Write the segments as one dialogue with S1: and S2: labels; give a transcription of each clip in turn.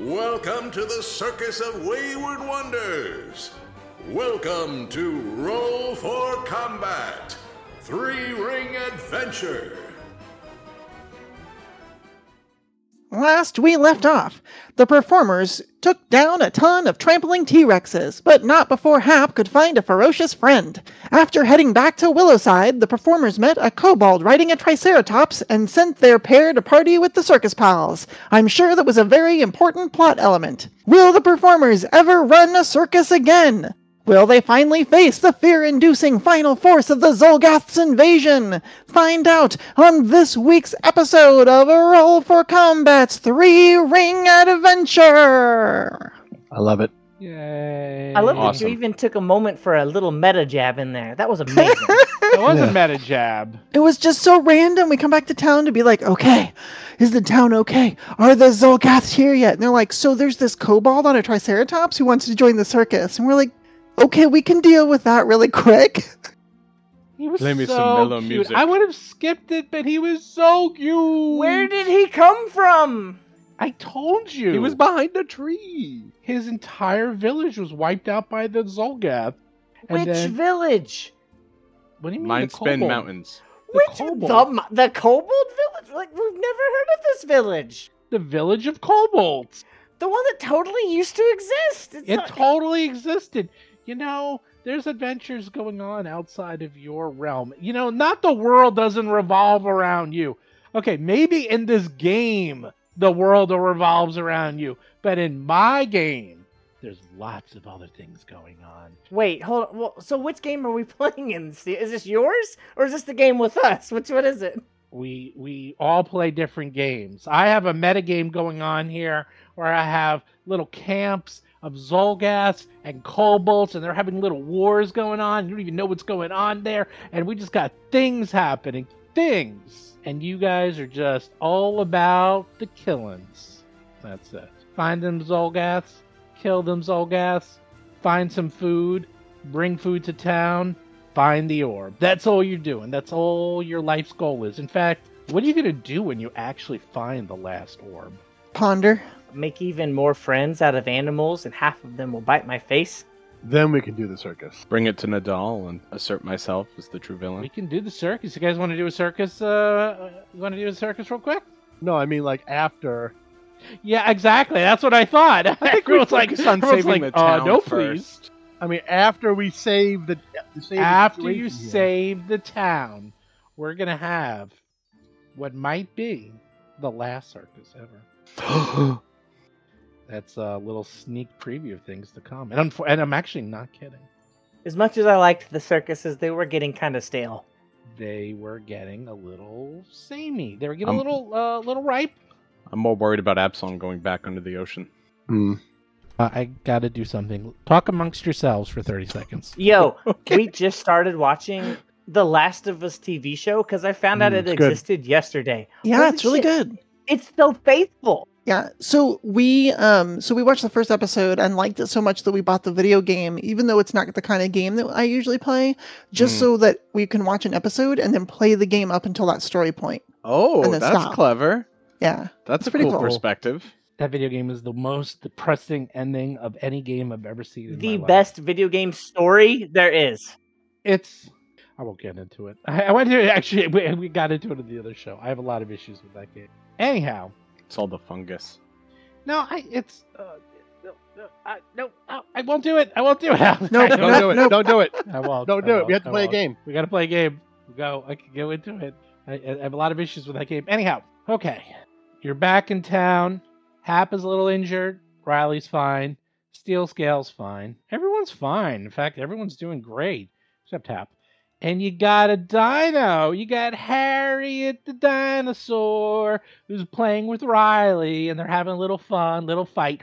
S1: Welcome to the Circus of Wayward Wonders. Welcome to Roll for Combat Three Ring Adventure.
S2: Last we left off, the performers took down a ton of trampling T Rexes, but not before Hap could find a ferocious friend. After heading back to Willowside, the performers met a kobold riding a triceratops and sent their pair to party with the circus pals. I'm sure that was a very important plot element. Will the performers ever run a circus again? Will they finally face the fear inducing final force of the Zolgath's invasion? Find out on this week's episode of Roll for Combat's Three Ring Adventure!
S3: I love it.
S4: Yay.
S5: I love that
S3: Awesome.
S5: you even took a moment for a little meta jab in there. That was amazing.
S4: It was
S3: Yeah.
S4: a meta jab.
S2: It was just so random. We come back to town to be like, okay, is the town okay? Are the Zolgaths here yet? And they're like, so there's this kobold on a Triceratops who wants to join the circus. And we're like, okay, we can deal with that really quick.
S4: He was
S6: Play me
S4: so
S6: some mellow
S4: cute.
S6: music.
S4: I would have skipped it, but he was so cute.
S5: Where did he come from?
S4: I told you?
S6: He was behind a tree.
S4: His entire village was wiped out by the Zolgath. And
S5: Which
S4: then-
S5: village?
S4: What do you mean?
S6: Mine
S4: the
S6: spend
S4: kobold?
S6: mountains.
S4: The
S5: Which
S4: kobold.
S5: the mo- the kobold village? Like we've never heard of this village.
S4: The village of kobolds.
S5: The one that totally used to exist. It's
S4: It
S5: not-
S4: totally existed. You know, there's adventures going on outside of your realm. You know, not the world doesn't revolve around you. Okay, maybe in this game the world revolves around you, but in my game, there's lots of other things going on.
S5: Wait, hold on. Well, so which game are we playing in? See, Is this yours or is this the game with us? Which one is it?
S4: we we all play different games. I have a metagame going on here where I have little camps of Zolgaths and Kobolds, and they're having little wars going on. You don't even know what's going on there, and we just got things happening, things. And you guys are just all about the killings. That's it. Find them Zolgaths, kill them Zolgaths, find some food, bring food to town, find the orb. That's all you're doing. That's all your life's goal is. In fact, what are you going to do when you actually find the last orb?
S2: Ponder.
S5: Make even more friends out of animals, and half of them will bite my face.
S3: Then we can do the circus.
S6: Bring it to Nadal and assert myself as the true
S4: We
S6: villain.
S4: can do the circus. You guys want to do a circus? Uh, you want to do a circus real quick?
S3: No, I mean like after.
S4: Yeah, exactly. That's what I thought. I think
S6: we
S4: everyone's like,
S6: focus on
S4: everyone's
S6: saving
S4: like,
S6: the
S4: uh,
S6: town
S4: no,
S6: first.
S3: I mean after we save the. Save
S4: please.
S3: the
S4: After you
S3: situation here.
S4: save the town, we're gonna have what might be the last circus ever. That's a little sneak preview of things to come, and, unfor- and I'm actually not kidding.
S5: As much as I liked the circuses, they were getting kind of stale.
S4: they were getting a little samey. They were getting
S6: Um,
S4: a little uh, little ripe.
S6: I'm more worried about Absalom going back under the ocean.
S3: Hmm.
S4: Uh, I got to do something. Talk amongst yourselves for thirty seconds.
S5: Yo, we just started watching the Last of Us TV show because I found out
S3: Mm,
S5: it
S3: it's good.
S5: existed yesterday.
S2: Yeah,
S5: Holy
S2: it's really
S5: shit.
S2: good.
S5: It's so faithful.
S2: Yeah. So we um so we watched the first episode and liked it so much that we bought the video game, even though it's not the kind of game that I usually play, just
S6: Mm.
S2: so that we can watch an episode and then play the game up until that story point.
S6: Oh,
S2: And then
S6: that's
S2: stop.
S6: clever.
S2: Yeah.
S6: That's
S2: It's
S6: a
S2: pretty
S6: cool,
S2: cool.
S6: perspective.
S4: That video game is the most depressing ending of any game I've ever seen. In my
S5: The
S4: life.
S5: best video game story there is.
S4: It's. I won't get into it. I, I went to actually. We, we got into it in the other show. I have a lot of issues with that game. Anyhow,
S6: It's all the fungus.
S4: no, I it's. Uh, no, no, I, no, I- I won't do it. I won't do it. Al.
S2: No,
S4: I
S2: no,
S3: Don't
S4: won't.
S3: do it.
S2: Nope.
S3: Don't do it.
S4: I won't.
S3: Don't
S4: I
S3: do it.
S4: won't.
S3: We have to
S4: I
S3: play a
S4: won't.
S3: game.
S4: We gotta play a game. We go. I can go into it. I, I have a lot of issues with that game. Anyhow, okay. You're back in town. Hap is a little injured. Riley's fine. Steel Scale's fine. Everyone's fine. In fact, everyone's doing great except Hap. And you got a dino. You got Harriet the dinosaur who's playing with Riley, and they're having a little fun, little fight.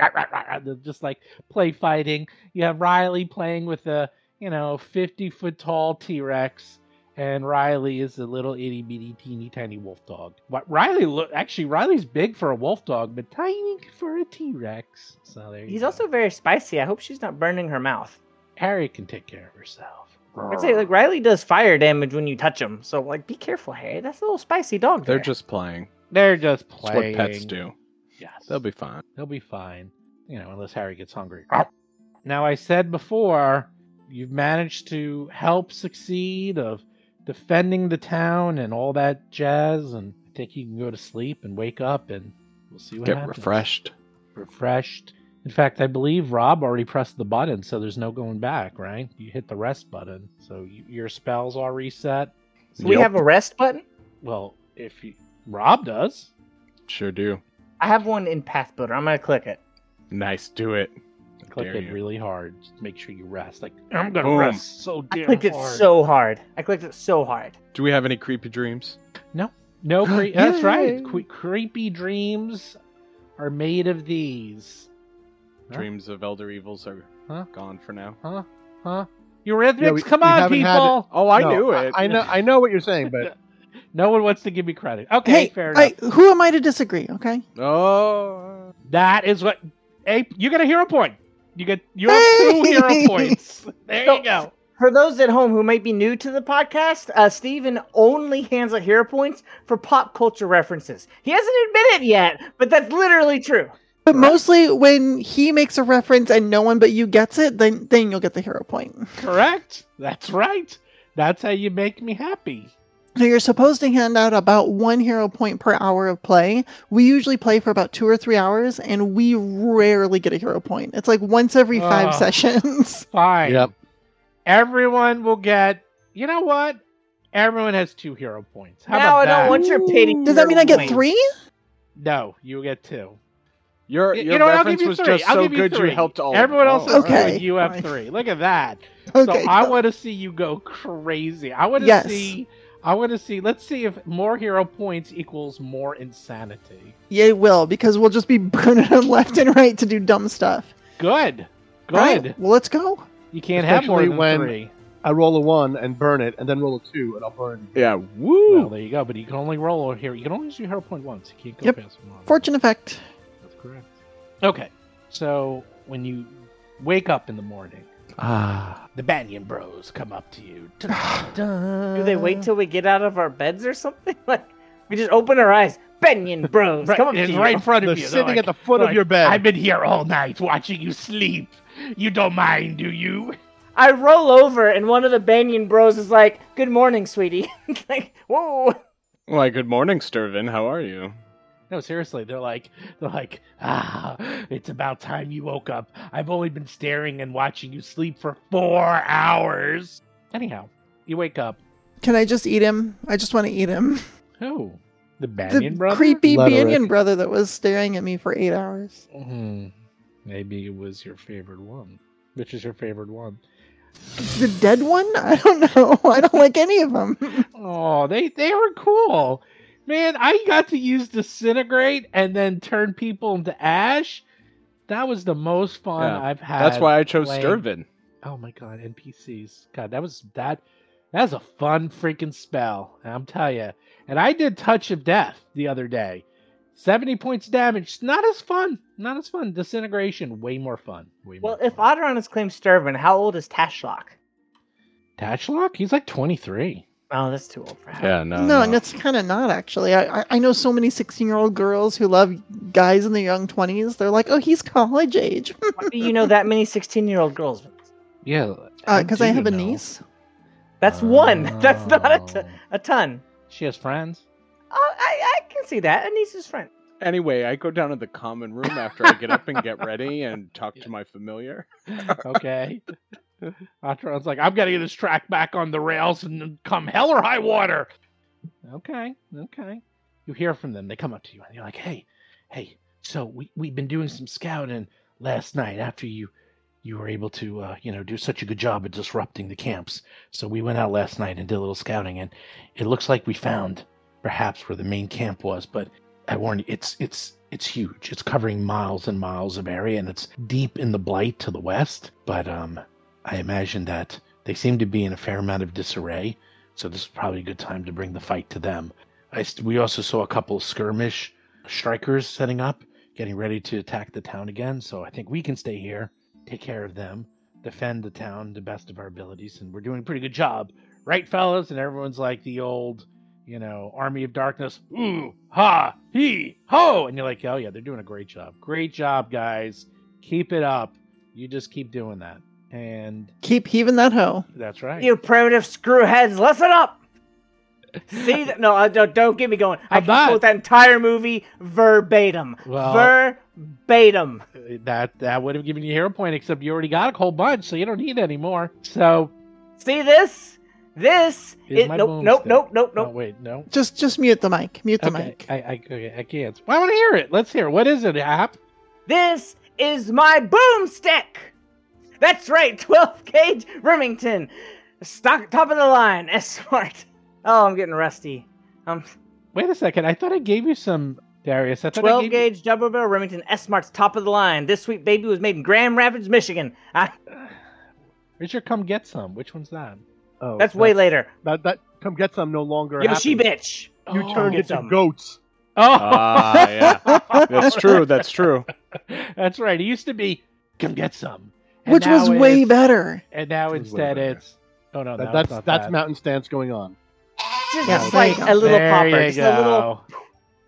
S4: They're just like play fighting. You have Riley playing with a you know, 50 foot tall T Rex, and Riley is a little itty bitty teeny tiny wolf dog. What Riley look actually Riley's big for a wolf dog, but tiny for a T Rex. So there you
S5: He's
S4: go.
S5: also very spicy. I hope she's not burning her mouth.
S4: Harry can take care of herself.
S5: I'd say like Riley does fire damage when you touch him, so like be careful, Harry. That's a little spicy dog.
S6: They're
S5: there.
S6: just playing.
S4: They're just
S6: It's
S4: playing.
S6: what pets do.
S4: Yes.
S6: They'll be fine.
S4: they'll be fine. you know, unless Harry gets hungry. Now, I said before, you've managed to help succeed of defending the town and all that jazz, and I think you can go to sleep and wake up, and we'll see what
S6: Get
S4: happens.
S6: refreshed.
S4: Refreshed. In fact, I believe Rob already pressed the button, so there's no going back, right? You hit the rest button, so you, your spells are reset.
S5: So we
S6: Yep.
S5: have a rest button.
S4: Well, if you, Rob does,
S6: Sure do.
S5: I have one in Pathbuilder. I'm gonna click it.
S6: Nice. Do it. I
S4: click
S6: dare
S4: it
S6: you.
S4: really hard. Just make sure you rest. Like I'm gonna
S6: Boom.
S4: rest so
S5: I
S4: damn
S5: clicked it
S4: hard.
S5: so hard. I clicked it so hard.
S6: Do we have any creepy dreams?
S4: No, cre- that's right.
S6: Yay.
S4: Cre- creepy dreams are made of these. Huh?
S6: Dreams of elder evils are
S4: Huh?
S6: gone for now.
S4: Huh? Huh? Eurythmics,
S3: Yeah, we-
S4: come
S3: we
S4: on,
S3: haven't had
S4: people!
S6: Oh, I
S3: No,
S6: knew it.
S3: I know. I know what you're saying, but
S4: No one wants to give me credit. Okay,
S2: Hey,
S4: fair
S2: I,
S4: enough.
S2: who am I to disagree? Okay.
S6: Oh.
S4: That is what. Hey, you get a hero point. You get you have two
S2: Hey!
S4: hero points. There you
S5: So-
S4: go.
S5: For those at home who might be new to the podcast, uh, Steven only hands out hero points for pop culture references. He hasn't admitted it yet, but that's literally true.
S2: But mostly when he makes a reference and no one but you gets it, then then you'll get the hero point.
S4: Correct. That's right. That's how you make me happy.
S2: So you're supposed to hand out about one hero point per hour of play. We usually play for about two or three hours, and we rarely get a hero point. It's like once every five
S4: Oh.
S2: sessions.
S4: Fine.
S3: yep.
S4: Everyone will get. You know what? Everyone has two hero points. How
S5: now
S4: about
S5: I
S4: that?
S5: don't want your pity.
S2: Does that mean I get
S5: points.
S2: three?
S4: No, you get two.
S6: Your,
S4: Y-
S6: your
S4: you know what? I'll
S6: reference
S4: give you
S6: was
S4: three.
S6: just
S4: I'll
S6: so
S4: give you
S6: good
S4: three.
S6: you helped all
S4: Everyone
S6: of
S4: else
S6: us.
S4: is
S2: Oh, Okay.
S4: two. You have
S2: fine.
S4: three. Look at that.
S2: Okay.
S4: so I
S2: cool.
S4: want to see you go crazy. I want to
S2: Yes.
S4: see. I want to see. Let's see if more hero points equals more insanity.
S2: Yeah, it will because we'll just be burning them left and right to do dumb stuff.
S4: Good. Good.
S2: All right, well, let's go.
S4: You can't have more
S3: Especially
S4: than
S3: when-
S4: three.
S3: I roll a one and burn it, and then roll a two and I'll burn. it.
S6: Yeah.
S4: Well,
S6: Woo.
S4: there you go. But you can only roll over here. You can only use your hero point once. You can't go
S2: Yep.
S4: past one.
S2: Fortune effect.
S4: That's correct. Okay. So when you wake up in the morning,
S6: Ah.
S4: the Banyan Bros come up to you.
S5: Do they
S4: Uh.
S5: wait till we get out of our beds or something? Like we just open our eyes. Benyon Bros,
S4: Right,
S5: come up to
S4: it's
S5: you.
S4: right in front
S3: They're
S4: of you. They're
S3: sitting
S4: like,
S3: at the foot
S4: Look,
S3: of your bed.
S4: I've been here all night watching you sleep. You don't mind, do you?
S5: I roll over, and one of the Banyan Bros is like, "Good morning, sweetie." like, whoa.
S6: Why, good morning, Sturvin. How are you?
S4: No, seriously, they're like, they're like, ah, it's about time you woke up. I've only been staring and watching you sleep for four hours. Anyhow, you wake up.
S2: Can I just eat him? I just want to eat him.
S4: Who?
S2: The
S4: The Banyan brother?
S2: creepy
S3: Let her
S2: Banyan
S3: in.
S2: brother that was staring at me for eight hours.
S4: Hmm. Maybe it was your favorite one. Which is your favorite one?
S2: The dead one? I don't know. I don't like any of them.
S4: Oh, they they were cool. Man, I got to use disintegrate and then turn people into ash. That was the most fun
S6: Yeah,
S4: I've had.
S6: That's why I chose
S4: playing-
S6: Sturvin.
S4: Oh my god, NPCs. God, that was that that's a fun freaking spell. I'm telling you. And I did touch of death the other day. 70 points damage. Not as fun. Not as fun. Disintegration way more fun. Way
S5: Well,
S4: more
S5: if
S4: fun.
S5: Otteron is claimed Sturvin, how old is Tashlock?
S4: Tashlock, he's like 23.
S5: Oh, that's too old for him.
S6: Yeah,
S2: no, and that's kind of not actually. I, I- I know so many 16 year old girls who love guys in their young 20s. They're like, oh, he's college age. Hmm.
S5: Why do you know that many 16 year old girls?
S4: Yeah.
S2: Because Uh, I
S4: do
S2: have a
S4: know.
S2: niece.
S5: That's one. That's not a, t-
S4: Oh.
S5: a ton.
S4: She has friends.
S5: Oh, I, I can see that. Anisa's friend.
S6: Anyway, I go down to the common room after I get up and get ready and talk to my familiar.
S4: okay. Atron's like, I've got to get this track back on the rails and then come hell or high water. Okay, okay. You hear from them. They come up to you and you're like, hey, hey, so we, we've been doing some scouting last night after you you were able to uh, you know do such a good job at disrupting the camps. So we went out last night and did a little scouting and it looks like we found perhaps where the main camp was, but I warn you, it's it's it's huge. It's covering miles and miles of area, and it's deep in the blight to the west. But um, I imagine that they seem to be in a fair amount of disarray, so this is probably a good time to bring the fight to them. I st- we also saw a couple of skirmish strikers setting up, getting ready to attack the town again. So I think we can stay here, take care of them, defend the town to the best of our abilities, and we're doing a pretty good job, right, fellas? And everyone's like the old you know, Army of Darkness, ooh, ha, he, ho. And you're like, oh, yeah, they're doing a great job. Great job, guys. Keep it up. You just keep doing that. And
S2: Keep heaving that hoe.
S4: that's right.
S5: You primitive screwheads, listen up. See that? No, I don't, don't get me going. I
S4: I'm
S5: can
S4: not.
S5: quote that entire movie verbatim.
S4: Well-
S5: verbatim.
S4: That that would have given you a hero point, except you already got a whole bunch, so you don't need any more. So
S5: See this? This
S4: Here's
S5: is
S4: my
S5: nope, nope,
S4: boomstick.
S5: nope, nope,
S4: no,
S5: nope.
S4: oh, wait, no.
S2: Just just mute the mic. Mute the
S4: Okay,
S2: mic.
S4: I, I, okay, I can't. Well, I want to hear it. Let's hear it. What is it, App?
S5: This is my boomstick. That's right, 12 gauge Remington. Stock top of the line, S smart. Oh, I'm getting rusty. Um,
S4: Wait a second. I thought I gave you some, Darius. I thought I
S5: 12
S4: gave
S5: gauge double barrel Remington S smart's top of the line. This sweet baby was made in Grand Rapids, Michigan. I,
S4: You... Where's your come get some? Which one's that?
S3: Oh,
S5: that's way
S3: that,
S5: later.
S3: that that come get some no longer.
S5: Yeah, but she bitch.
S3: happens. You
S4: Oh.
S3: turned
S5: Get
S3: into
S5: some.
S3: goats.
S4: Oh,
S6: Ah, yeah. That's true. That's true.
S4: that's right. It used to be come get some, And
S2: Which was
S4: now
S2: way
S4: it's-
S2: better.
S4: And now
S6: Which was way
S4: instead
S6: better.
S4: it's oh no,
S3: That-
S4: no
S3: that's
S4: it's not
S3: that's
S4: that.
S3: mountain stance going on.
S5: She's
S2: Yeah,
S5: just
S2: there you
S5: like
S2: go.
S5: a little
S4: there
S5: popper.
S4: You
S5: Just a little.
S4: go.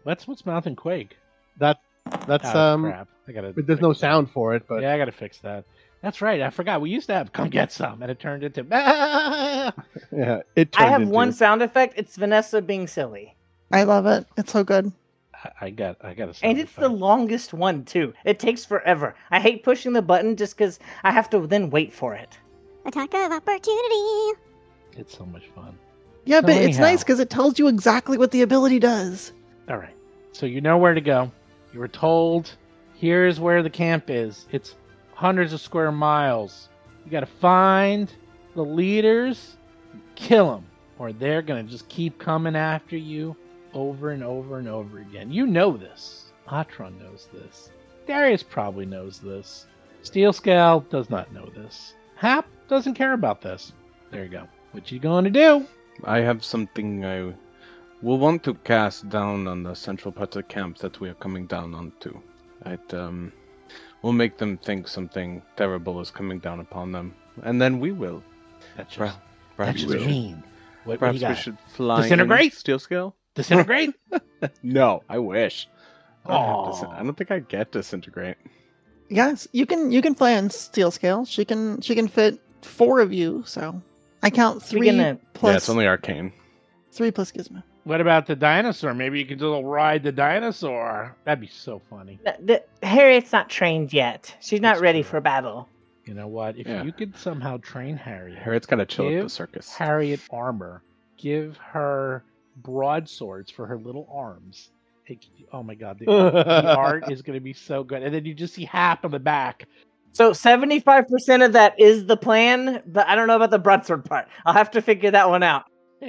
S4: What's what's mouth and quake?
S3: That that's
S4: That's
S3: um.
S4: Oh, crap. I gotta.
S3: But there's no
S4: fix that.
S3: sound for it. But
S4: Yeah, I gotta fix that. That's right. I forgot. We used to have come get some, and it turned into. "Ah!"
S3: yeah, it.
S5: I
S3: turned
S5: have
S3: into-
S5: one sound effect. It's Vanessa being silly,
S2: I love it. It's so good.
S4: I- I got. I got to.
S5: and it's the longest one too. It takes forever. I hate pushing the button just because I have to then wait for it.
S7: Attack of opportunity.
S4: It's so much fun.
S2: Yeah,
S4: So
S2: but it's
S4: anyhow.
S2: nice because it tells you exactly what the ability does.
S4: All right. So you know where to go. You were told. Here's where the camp is. It's hundreds of square miles. You got to find the leaders, kill them, or they're gonna just keep coming after you over and over and over again. You know this. Atron knows this. Darius probably knows this. Steel Scale does not know this. Hap doesn't care about this. There you go. What you going to do?
S6: I have something I will want to cast down on the central part of the camp that we are coming down onto. It um, will make them think something terrible is coming down upon them, and then we will.
S4: That's
S6: Perhaps,
S4: just, that's
S6: perhaps
S4: just
S6: we should-
S4: mean. What, what do you
S6: Perhaps we
S4: got?
S6: should fly. in
S4: Disintegrate?
S6: steel scale?
S4: Disintegrate?
S6: No, I wish. I don't, have dis-
S4: Aw.
S6: I don't think I get disintegrate.
S2: Yes, you can you can fly on steel scale. She can she can fit four of you. So I count three
S5: Speaking of-
S2: plus
S6: Yeah, it's only arcane.
S2: three plus Gizmo.
S4: What about the dinosaur? Maybe you could little ride the dinosaur. That'd be so funny.
S5: No, the, Harriet's not trained yet. She's not
S4: That's
S5: ready
S4: true.
S5: for battle.
S4: You know what? If
S6: Yeah.
S4: you could somehow train Harriet,
S6: Harriet's got to chill at
S4: Give
S6: the circus.
S4: Harriet armor, give her broadswords for her little arms. It- oh my god, the, the art is going to be so good. And then you just see Hap on the back.
S5: So seventy-five percent of that is the plan, but I don't know about the broadsword part. I'll have to figure that one out.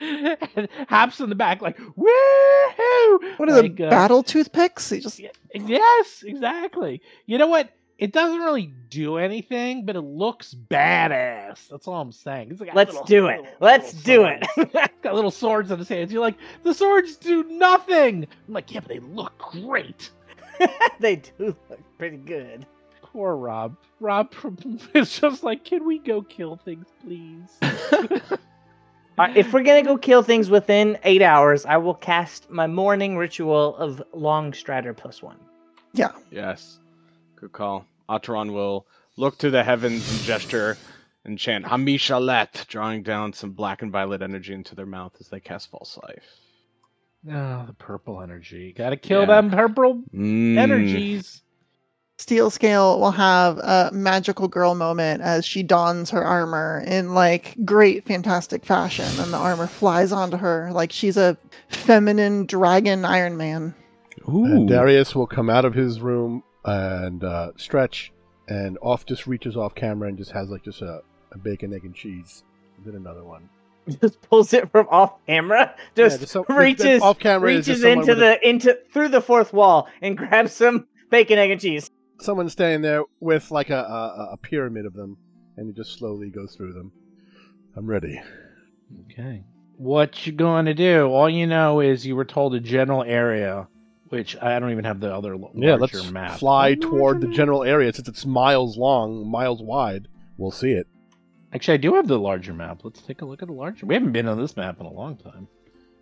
S4: and Hap's on the back, like woohoo!
S2: What are the
S4: Like, uh,
S2: battle toothpicks? You just
S4: Yes, exactly. You know what? It doesn't really do anything, but it looks badass. That's all I'm saying. It's like,
S5: Let's
S4: little-
S5: do it.
S4: little-
S5: Let's
S4: little
S5: do
S4: swords.
S5: it.
S4: It's got little swords on his hands. You're like, the swords do nothing. I'm like, yeah, but they look great.
S5: they do look pretty good.
S4: Poor Rob. Rob is just like, can we go kill things, please?
S5: All right, if we're gonna go kill things within eight hours, I will cast my morning ritual of long strider plus one.
S6: Yes. Good call. Ataran will look to the heavens and gesture and chant Hamishalet, drawing down some black and violet energy into their mouth as they cast False Life.
S4: oh, the purple energy. Gotta kill
S6: Yeah.
S4: them purple
S6: Mm.
S5: Hmm.
S4: energies.
S2: steel scale will have a magical girl moment as she dons her armor in like great fantastic fashion, and the armor flies onto her like she's a feminine dragon Iron Man.
S6: Ooh.
S3: And Uh, Darius will come out of his room and uh, stretch, and off just reaches off camera and just has like just a, a bacon, egg, and cheese. And then another one.
S5: Just pulls it from off camera. Just,
S3: just so-
S5: reaches
S3: off camera is
S5: reaches
S3: just someone
S5: into
S3: with
S5: the into through the fourth wall and grabs some bacon, egg, and cheese.
S3: Someone standing there with like a, a, a pyramid of them, and it just slowly goes through them. I'm ready.
S4: Okay. What you going to do? All you know is you were told a general area, which I don't even have the other l-
S3: Yeah,
S4: larger
S3: let's
S4: map.
S3: fly
S4: Larger
S3: toward the
S4: map?
S3: general area since it's miles long, miles wide. We'll see it.
S4: Actually, I do have the larger map. Let's take a look at the larger. We haven't been on this map in a long time.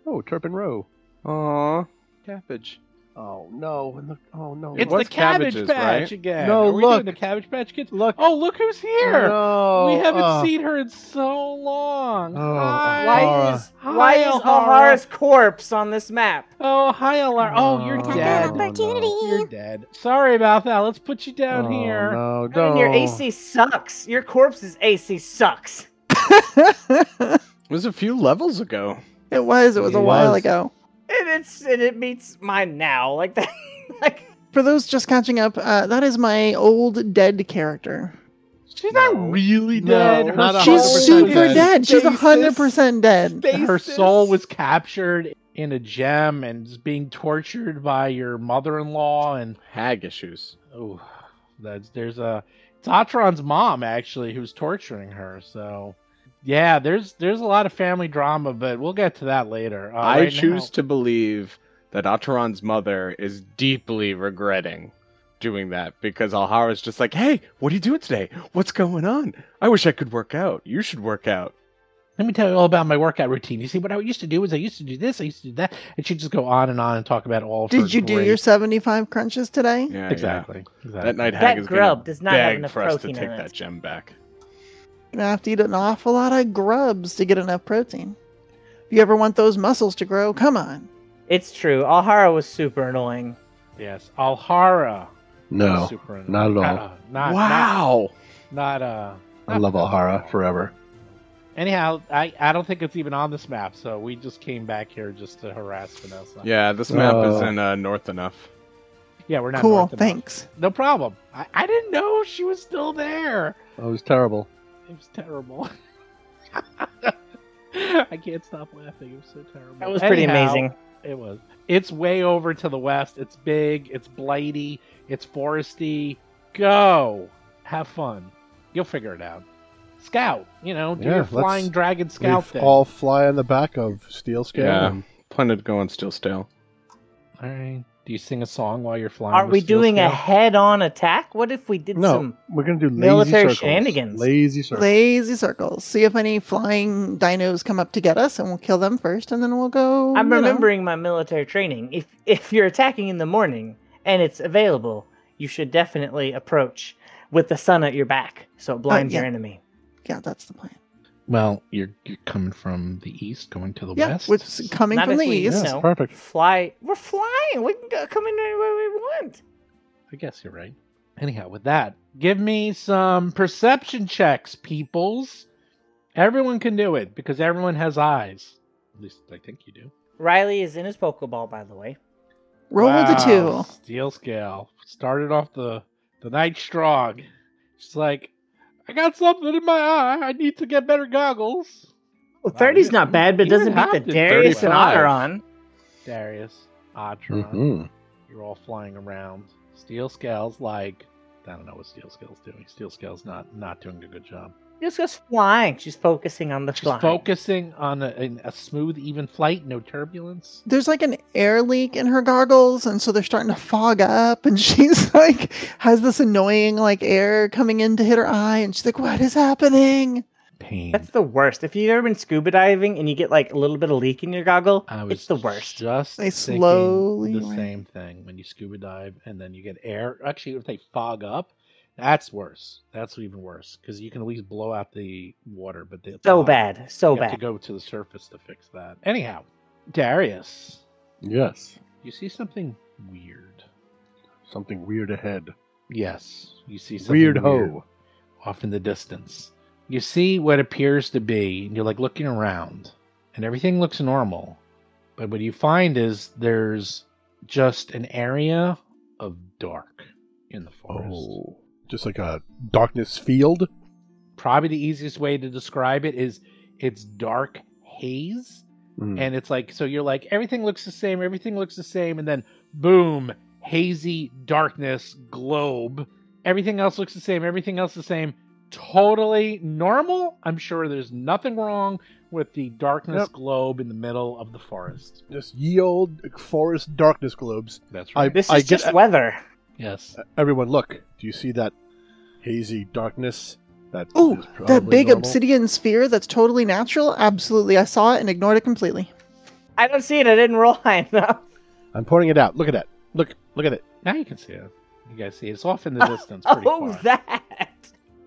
S3: Oh, Turpin Row.
S6: Aw. Cabbage.
S3: Oh no! and the- Oh no!
S4: It's
S6: was
S4: the cabbage
S6: cabbages,
S4: patch
S6: right?
S4: again.
S3: No,
S4: Are we doing
S3: look.
S4: the cabbage patch kids.
S3: look
S4: Oh, look who's here!
S3: No,
S4: we haven't
S3: uh,
S4: seen her in so long.
S3: Oh,
S4: hi.
S5: Why
S3: Alhara.
S5: is why
S4: Hi,
S5: is
S4: Alhara.
S5: Alhara's corpse on this map?
S4: Oh, hi, Alar. Oh, you're
S7: Attack
S4: dead.
S7: of opportunity.
S3: You're dead.
S4: Sorry about that. Let's put you down
S3: Oh,
S4: here.
S3: No,
S5: I mean,
S3: don't.
S5: your AC sucks. Your corpse's AC sucks.
S6: It was a few levels ago.
S2: It was. It was a
S3: It
S2: while
S3: was.
S2: ago.
S5: And it's and it meets mine now. Like that. Like
S2: For those just catching up, uh, that is my old dead character.
S4: She's
S6: No.
S4: not really
S3: No,
S4: dead. Her soul-
S3: not
S2: She's
S3: 100%
S2: super
S6: dead.
S2: dead. She's
S4: Stasis.
S2: hundred percent dead.
S4: Her soul was captured in a gem and is being tortured by your mother-in-law and
S6: Hag issues.
S4: oh, that's there's a it's Atron's mom actually who's torturing her. So yeah, there's there's a lot of family drama, but we'll get to that later. Uh,
S6: I
S4: right
S6: choose
S4: now-
S6: to believe that Ataran's mother is deeply regretting doing that because Alhara's just like, hey, what are you doing today? What's going on? I wish I could work out. You should work out.
S4: Let me tell you all about my workout routine. You see, what I used to do was I used to do this, I used to do that, and she'd just go on and on and talk about all. Of her
S2: Did you do
S4: great-
S2: your seventy-five crunches today?
S6: Yeah, yeah.
S4: exactly? exactly.
S6: That night
S5: That
S6: hag is
S5: grub
S6: gonna
S5: does not have
S6: beg
S5: enough
S6: for us to
S5: protein in
S6: take
S5: it.
S6: that gem back.
S2: You're gonna have to eat an awful lot of grubs to get enough protein. If you ever want those muscles to grow, come on.
S5: it's true. Alhara was super annoying.
S4: Yes, Alhara.
S3: No,
S4: Super
S3: not at all.
S4: Uh, not,
S6: wow.
S4: Not, not uh.
S3: I love Alhara forever.
S4: Anyhow, I I don't think it's even on this map, so we just came back here just to harass Vanessa.
S6: yeah, this map
S3: Uh,
S6: isn't uh, north enough.
S4: yeah, we're not
S2: cool,
S4: north enough.
S2: thanks.
S4: No problem. I, I didn't know she was still there.
S3: That was Oh, terrible.
S4: It was terrible. I can't stop laughing. It was so terrible.
S5: That was pretty
S4: Anyhow,
S5: amazing.
S4: It was. It's way over to the west. It's big. It's blighty. It's foresty. Go. Have fun. You'll figure it out. Scout. You know, do
S3: Yeah,
S4: your
S3: let's-
S4: flying dragon
S3: We
S4: scout
S3: f-
S4: thing.
S3: all fly on the back of steel scale.
S6: Yeah.
S3: and-
S6: Plented to go on still stale.
S4: All right. Do you sing a song while you're flying?
S5: Are
S4: with
S5: we
S4: steel
S5: doing a
S4: scale?
S5: head-on attack? What if we did
S3: No,
S5: some?
S3: we're gonna do lazy
S5: Military
S3: circles.
S5: shenanigans.
S3: Lazy circles.
S2: Lazy circles. See if any flying dinos come up to get us, and we'll kill them first, and then we'll go.
S5: I'm
S2: you know.
S5: remembering my military training. If if you're attacking in the morning and it's available, you should definitely approach with the sun at your back so it blinds your
S2: Uh, yeah.
S5: enemy.
S2: Yeah, that's the plan.
S4: Well, you're you're coming from the east, going to the
S2: Yeah,
S4: west.
S2: which is coming
S5: Not
S2: from
S5: if
S2: the
S5: we-
S2: east.
S3: Yes,
S5: No.
S3: perfect.
S5: Fly, we're flying. We can go, come in anywhere we want.
S4: I guess you're right. Anyhow, with that, give me some perception checks, peoples. Everyone can do it because everyone has eyes. At least I think you do.
S5: Riley is in his pokeball, by the way.
S2: Roll the
S4: Wow,
S2: two.
S4: Steel scale started off the the night strong. She's like, I got something in my eye. I need to get better goggles.
S5: Well,
S4: Wow,
S5: thirty's
S4: you-
S5: not bad, but
S4: you
S5: doesn't
S4: have
S5: beat
S4: to
S5: the Darius and
S6: 35.
S5: Otteron.
S4: Darius, Atron,
S6: Mm-hmm.
S3: Mhm.
S4: you're all flying around. Steel scale's like, I don't know what steel scale's doing. Steel scale's not not doing a good job.
S5: Just goes flying. She's focusing on the
S4: She's
S5: flying.
S4: focusing on a, in a smooth, even flight, no turbulence.
S2: There's like an air leak in her goggles, and so they're starting to fog up, and she's like, has this annoying like air coming in to hit her eye, and she's like, what is happening?
S4: Pain.
S5: That's the worst. If you've ever been scuba diving and you get like a little bit of leak in your goggle,
S4: I was
S5: it's the worst.
S4: Just
S2: They
S4: thinking
S2: slowly
S4: the
S2: went-
S4: same thing when you scuba dive and then you get air. Actually, if they fog up, that's worse. That's even worse because you can at least blow out the water, but they
S5: So
S4: fog-
S5: bad.
S4: You
S5: So
S4: have to
S5: bad.
S4: go to the surface to fix that. Anyhow, Darius,
S3: Yes.
S4: you see something weird.
S3: Something weird ahead.
S4: Yes, you see something
S3: Weird
S4: weird.
S3: ho.
S4: off in the distance. You see what appears to be, and you're like looking around, and everything looks normal. But what you find is there's just an area of dark in the
S3: Oh.
S4: forest.
S3: Just like a darkness field.
S4: Probably the easiest way to describe it is it's dark haze.
S3: Mm.
S4: And it's like, so you're like, everything looks the same, everything looks the same. And then boom, hazy darkness globe. Everything else looks the same, everything else the same. Totally normal. I'm sure there's nothing wrong with the darkness
S3: Yep.
S4: globe in the middle of the forest.
S3: Just ye old forest darkness globes.
S4: That's
S3: I-
S4: right.
S5: This is
S3: I get-
S5: just weather.
S4: yes.
S3: Everyone, look. Do you see that hazy darkness? That
S2: Ooh,
S3: is
S2: That
S3: probably
S2: big
S3: normal?
S2: obsidian sphere that's totally natural? Absolutely. I saw it and ignored it completely.
S5: I don't see it. I didn't roll high enough.
S3: I'm pointing it out. Look at that. Look, look at it.
S4: Now you can see it. You guys see it. It's off in the distance, pretty
S5: Oh,
S4: far.
S5: that.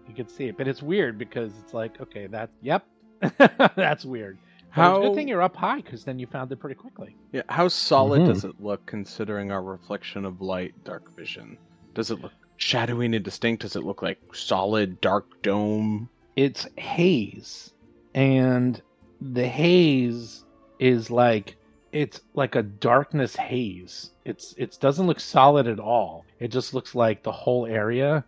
S4: You can see it, but it's weird because it's like, okay, that, yep, that's weird. But
S6: How
S4: it's a good thing you're up high because then you found it pretty quickly.
S6: yeah, how solid
S3: Mhm.
S6: does it look considering our reflection of light, dark vision? Does it look shadowy and indistinct? Does it look like solid dark dome?
S4: It's haze, and the haze is like it's like a darkness haze. It's it doesn't look solid at all. It just looks like the whole area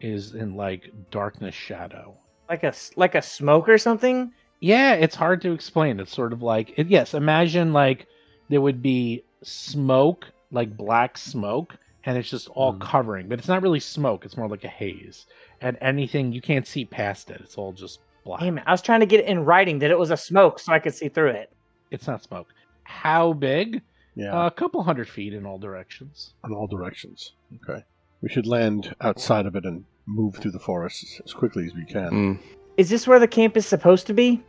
S4: is in like darkness shadow.
S5: Like a s- like a smoke or something.
S4: Yeah, it's hard to explain. It's sort of like it, yes, imagine like there would be smoke, like black smoke, and it's just all
S6: Mhm.
S4: covering, but it's not really smoke. It's more like a haze, and anything you can't see past it. It's all just black.
S5: Damn it! I was trying to get it in writing that it was a smoke so I could see through it.
S4: It's not smoke. How big?
S3: Yeah,
S4: a couple hundred feet in all directions.
S3: in all directions. Okay. We should land outside of it and move through the forest as quickly as we can.
S6: Hmm.
S5: Is this where the camp is supposed to be?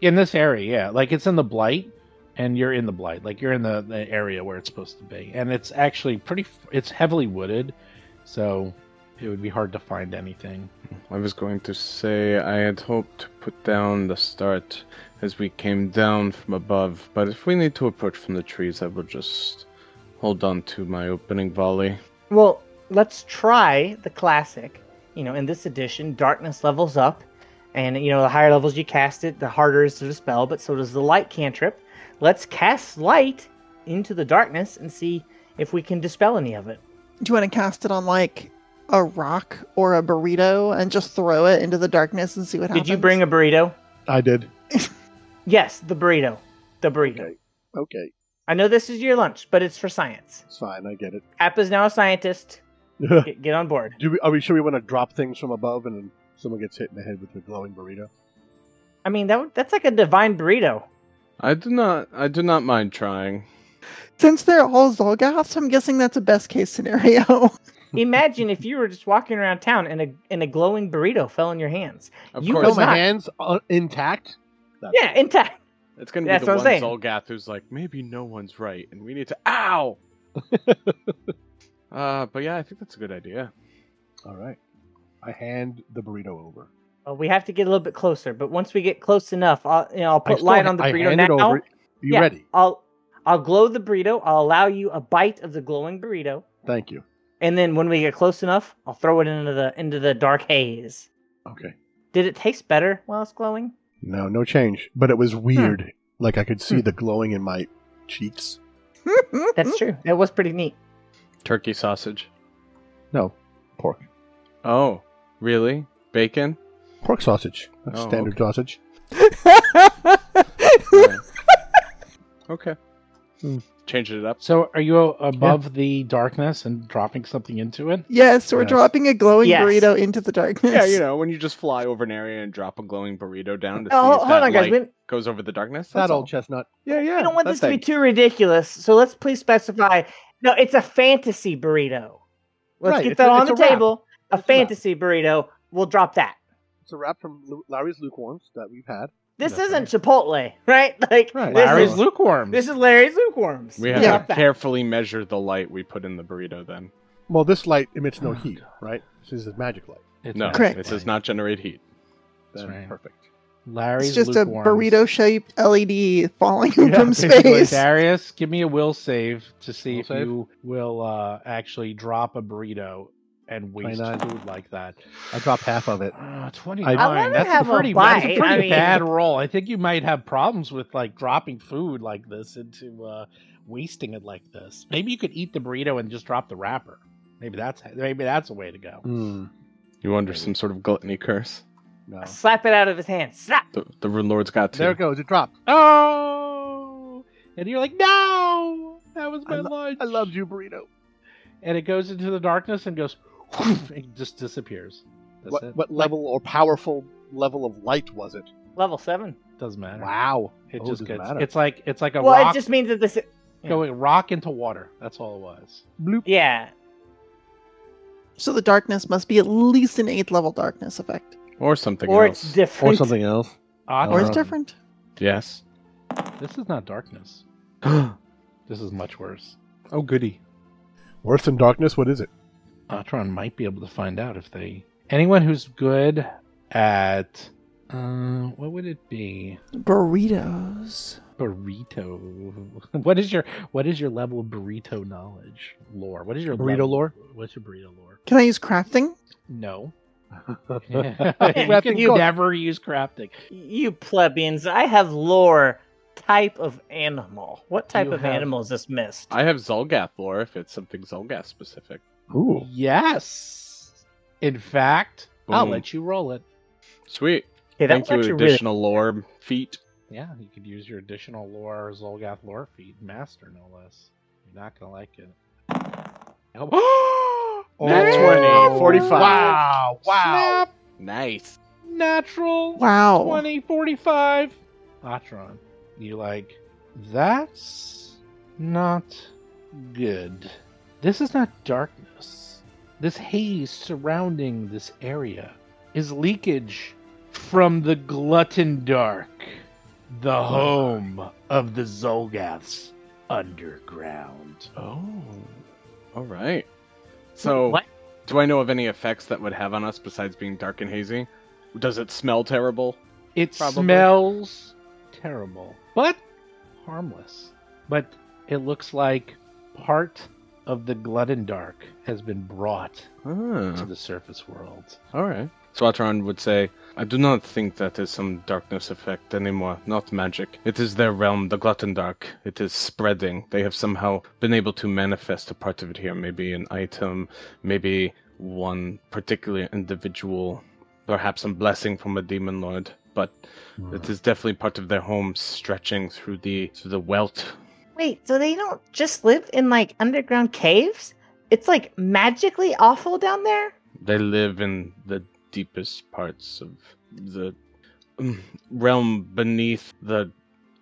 S4: In this area, yeah, like it's in the blight, and you're in the blight, like you're in the, the area where it's supposed to be, and it's actually pretty. f- It's heavily wooded, so it would be hard to find anything.
S6: I was going to say I had hoped to put down the start as we came down from above, but if we need to approach from the trees, I will just hold on to my opening volley.
S5: Well, let's try the classic. You know, in this edition, darkness levels up, and you know, the higher levels you cast it, the harder it is to dispel, but so does the light cantrip. Let's cast light into the darkness and see if we can dispel any of it.
S2: Do you want to cast it on like a rock or a burrito and just throw it into the darkness and see what happens?
S5: Did you bring a burrito?
S3: I did.
S5: Yes, the burrito. The burrito.
S3: Okay. Okay.
S5: I know this is your lunch, but it's for science.
S3: It's fine. I get it.
S5: App is now a scientist.
S3: Do
S5: Get, get on board.
S3: we, are we sure we want to drop things from above and then someone gets hit in the head with a glowing burrito?
S5: I mean, that would- that's like a divine burrito.
S6: I do not I do not mind trying.
S2: Since they're all Zolgoths, I'm guessing that's a best case scenario.
S5: Imagine if you were just walking around town and a and a glowing burrito fell in your hands.
S6: Of
S5: You
S6: course
S5: will not-
S3: Oh, hands are intact.
S5: Yeah, intact.
S6: it's gonna
S5: That's
S6: be
S5: what
S6: the
S5: I'm
S6: one
S5: saying.
S6: Zolgath who's like, maybe no one's right and we need to Ow Uh but yeah, I think that's a good idea.
S3: All right. I hand the burrito over.
S5: Well, we have to get a little bit closer, but once we get close enough, I'll you know I'll
S3: I
S5: put
S3: still
S5: light
S3: ha-
S5: on the
S3: I
S5: burrito
S3: hand it
S5: now.
S3: over. You
S5: Yeah.
S3: ready?
S5: I'll I'll glow the burrito. I'll allow you a bite of the glowing burrito,
S3: Thank you.
S5: and then when we get close enough, I'll throw it into the into the dark haze.
S3: Okay.
S5: Did it taste better while it's glowing?
S3: No, no change. But it was
S5: Hmm.
S3: weird. Like I could see the glowing in my cheeks. Mm.
S5: That's true. It was pretty neat.
S6: Turkey sausage.
S3: No, pork.
S6: Oh, really? Bacon?
S3: Pork sausage. That's
S6: Oh,
S3: standard
S6: okay.
S3: sausage.
S6: Alright. okay.
S5: Hmm.
S6: Changing it up.
S4: So, are you above the darkness and dropping something into it?
S2: yes, we're
S3: Yes.
S2: dropping a glowing
S5: Yes.
S2: burrito into the darkness.
S6: Yeah, you know, when you just fly over an area and drop a glowing burrito down to see
S5: Oh,
S6: if
S5: hold
S6: that
S5: on, guys.
S6: light
S5: We, we
S6: goes over the darkness.
S3: That
S6: That's
S3: old
S6: all.
S3: chestnut.
S6: Yeah, yeah.
S5: don't want
S6: that
S5: this to be
S6: thing.
S5: too ridiculous, so let's please specify. No, it's a fantasy burrito. Let's
S3: Right,
S5: get
S3: it's
S5: that
S3: a-
S5: on
S3: it's
S5: the
S3: a wrap.
S5: table. A
S3: It's a wrap.
S5: fantasy burrito. We'll drop that.
S3: It's a wrap from Lu- Larry's lukewarms that we've had.
S5: This
S3: That's
S5: isn't Chipotle, right? Like
S3: Right.
S5: This
S4: Larry's
S5: is,
S4: lukewarm.
S5: This is Larry's lukewarms.
S6: We have
S2: Yeah.
S6: to carefully measure the light we put in the burrito then.
S3: Well, this light emits no
S4: Oh,
S3: heat, right? This is magic light.
S4: It's
S6: No,
S4: not
S2: Correct.
S6: it
S4: right.
S6: does not generate heat.
S4: That's
S3: Then
S4: right.
S3: Perfect.
S4: Larry's
S2: It's just
S4: lukewarm.
S2: a burrito shaped LED falling
S3: Yeah,
S2: from
S3: basically,
S2: space.
S4: Darius, give me a will save to see
S3: Will
S4: if
S3: save?
S4: you will uh, actually drop a burrito and waste
S3: 29.
S4: food like that.
S3: I dropped half of it.
S4: Uh, 29.
S5: I wanna
S4: that's,
S5: have
S4: a
S5: a
S4: pretty, that's a
S5: bite,
S4: pretty
S5: I mean-
S4: bad roll. I think you might have problems with like dropping food like this into uh, wasting it like this. Maybe you could eat the burrito and just drop the wrapper. Maybe that's maybe that's a way to go.
S6: You under some sort of gluttony curse.
S3: No.
S5: Slap it out of his hand. Slap.
S6: The, the rune lord's got to.
S3: There it goes. It dropped.
S4: Oh, and you're like, no, that was my
S3: lo-
S4: lunch.
S3: I loved you, burrito.
S4: And it goes into the darkness and goes, and just disappears. That's
S3: What,
S4: it.
S3: what level or powerful level of light was it?
S5: Level seven.
S4: Doesn't matter.
S3: Wow.
S4: It
S3: Oh,
S4: just
S3: doesn't
S4: gets.
S3: matter.
S4: It's like it's like a
S5: well,
S4: rock
S5: it just means that this. yeah.
S4: going rock into water. That's all it was.
S3: Bloop.
S5: Yeah.
S2: So the darkness must be at least an eighth level darkness effect.
S6: Or something
S5: or
S6: else.
S5: it's different.
S3: else.
S4: Ah,
S2: Or it's
S3: Um,
S2: different.
S6: yes.
S4: this is not darkness.
S6: oh,
S4: This is much worse.
S6: goody.
S3: Worse than darkness? What is it?
S4: Atron might be able to find out if they anyone who's good at uh, what would it be?
S2: Burritos.
S4: Burrito. What is your what is your level of burrito knowledge lore? What is your
S3: Burrito
S4: level-
S3: lore?
S4: What's your burrito lore?
S2: Can I use crafting?
S4: No.
S5: You
S4: you
S5: can
S4: can
S5: go-
S4: never use crafting.
S5: You plebeians, I have lore. Type of animal. What type
S4: You
S5: of
S4: have-
S5: animal is this missed?
S6: I have Zolgath lore if it's something Zolgath specific.
S3: Ooh.
S4: Yes. In fact, I'll
S6: Boom.
S4: let you roll it.
S6: Sweet.
S5: Okay, that
S6: Thank
S5: was
S6: you,
S5: actually really
S6: additional lore feat.
S4: Yeah, you could use your additional lore, Zolgath lore feat, master no less. You're not gonna like it. Oh,
S6: Nat 20, 45.
S4: Wow! Wow!
S6: Nice.
S4: Natural
S2: Wow.
S4: 20, 45. Atron, you like, that's not good. This is not darkness. This haze surrounding this area is leakage from the glutton dark, the home of the Zolgaths underground.
S6: Oh. All right. So,
S5: What?
S6: do I know of any effects that would have on us besides being dark and hazy? Does it smell terrible?
S4: It
S6: Probably.
S4: smells terrible, but harmless. But it looks like part of the glutton dark has been brought to
S6: Ah,
S4: the surface world.
S6: all right. Swatron would say, I do not think that is some darkness effect anymore, not magic. It is their realm, the Glutton Dark. It is spreading. They have somehow been able to manifest a part of it here, maybe an item, maybe one particular individual, perhaps some blessing from a demon lord. But it is definitely part of their home stretching through the through the welt.
S5: Wait, so they don't just live in like underground caves? It's like magically awful down there?
S6: They live in the deepest parts of the mm, realm beneath the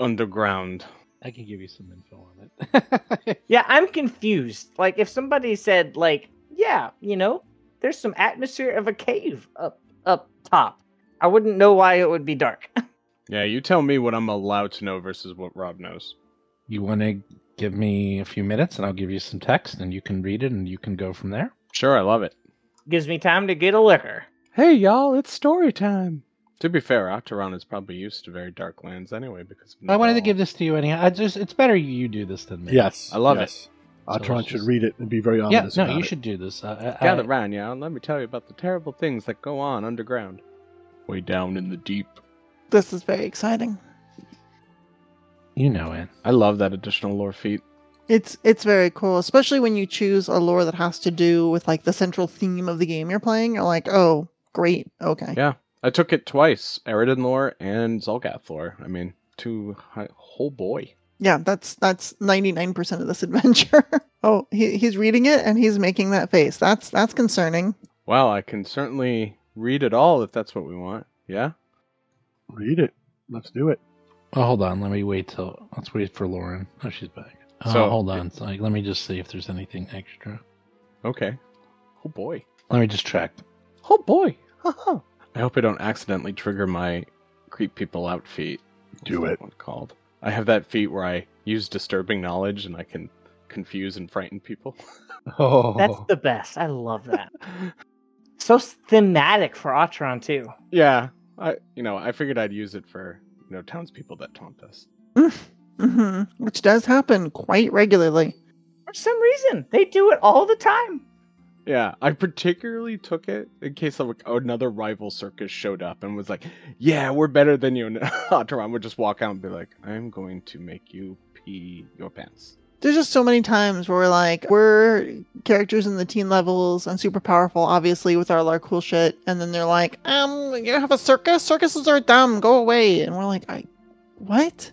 S6: underground.
S4: I can give you some info on it.
S5: Yeah, I'm confused. Like if somebody said like, yeah, you know, there's some atmosphere of a cave up up top. I wouldn't know why it would be dark.
S6: Yeah, you tell me what I'm allowed to know versus what Rob knows.
S4: you want to give me a few minutes and I'll give you some text and you can read it and you can go from there?
S6: Sure, I love it.
S5: Gives me time to get a liquor.
S6: Hey, y'all, it's story time. To be fair, Octeron is probably used to very dark lands anyway because of
S4: I wanted to
S6: Nadal.
S4: give this to you anyhow. I just it's better you do this than me.
S3: Yes.
S6: I love
S3: it.
S4: So
S3: Atron
S4: it's
S3: should
S4: just-
S3: read it and be very
S4: Yeah,
S3: honest.
S4: no,
S3: about
S4: you
S3: it.
S4: should do this. I, I,
S6: Gather round, y'all, and let me tell you about the terrible things that go on underground. Way down in the deep.
S2: This is very exciting.
S4: you know it.
S6: I love that additional lore feat.
S2: It's it's very cool, especially when you choose a lore that has to do with like the central theme of the game you're playing. You're like, oh, great, okay.
S6: Yeah. I took it twice, Eridan lore and Zolgath lore. I mean, two hi- whole boy.
S2: Yeah, that's that's ninety nine percent of this adventure. oh, he, he's reading it and he's making that face. That's that's concerning.
S6: Wow, I can certainly read it all if that's what we want. Yeah.
S3: read it. Let's do it.
S4: Oh, hold on. Let me wait till let's wait for Lauren. Oh, she's back. Oh,
S6: So-
S4: hold on. So, like, let me just see if there's anything extra.
S6: Okay. Oh boy.
S4: Let me just check.
S6: Oh boy. I hope I don't accidentally trigger my creep people out feat.
S3: Do
S6: Is that
S3: it.
S6: One called. I have that feat where I use disturbing knowledge and I can confuse and frighten people.
S3: Oh,
S5: That's the best. I love that. so thematic for Atron too.
S6: yeah. I you know, I figured I'd use it for, you know, townspeople that taunt us.
S2: hmm Which does happen quite regularly.
S5: For some reason, they do it all the time.
S6: Yeah, I particularly took it in case of another rival circus showed up and was like, "Yeah, we're better than you." And Ataran would just walk out and be like, "I'm going to make you pee your pants."
S2: There's just so many times where like we're characters in the teen levels and super powerful, obviously, with all our cool shit, and then they're like, um, you have a circus? Circuses are dumb, go away. And we're like, I what?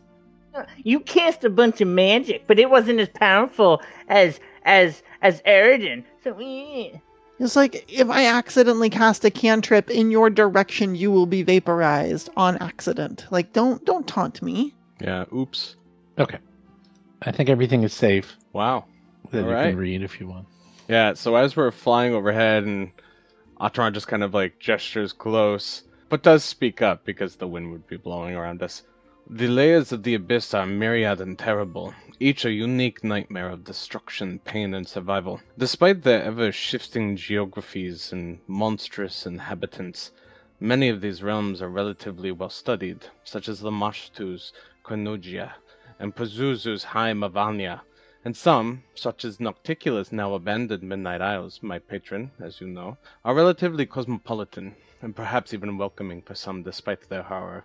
S5: Uh, You cast a bunch of magic, but it wasn't as powerful as as as Eridan. So eh.
S2: It's like if I accidentally cast a cantrip in your direction, you will be vaporized on accident. Like don't don't taunt me.
S6: Yeah. Oops.
S4: I think everything is safe
S6: Wow.
S4: that
S6: All
S4: you
S6: right.
S4: can read if you want.
S6: Yeah, so as we're flying overhead and Atron just kind of like gestures close, but does speak up because the wind would be blowing around us. The layers of the abyss are myriad and terrible, each a unique nightmare of destruction, pain, and survival. Despite their ever shifting geographies and monstrous inhabitants, many of these realms are relatively well studied, such as the Mashtus, Cornugia, and Pazuzu's High Mavania, and some, such as Nocticulus, now abandoned Midnight Isles, my patron, as you know, are relatively cosmopolitan, and perhaps even welcoming for some despite their horror.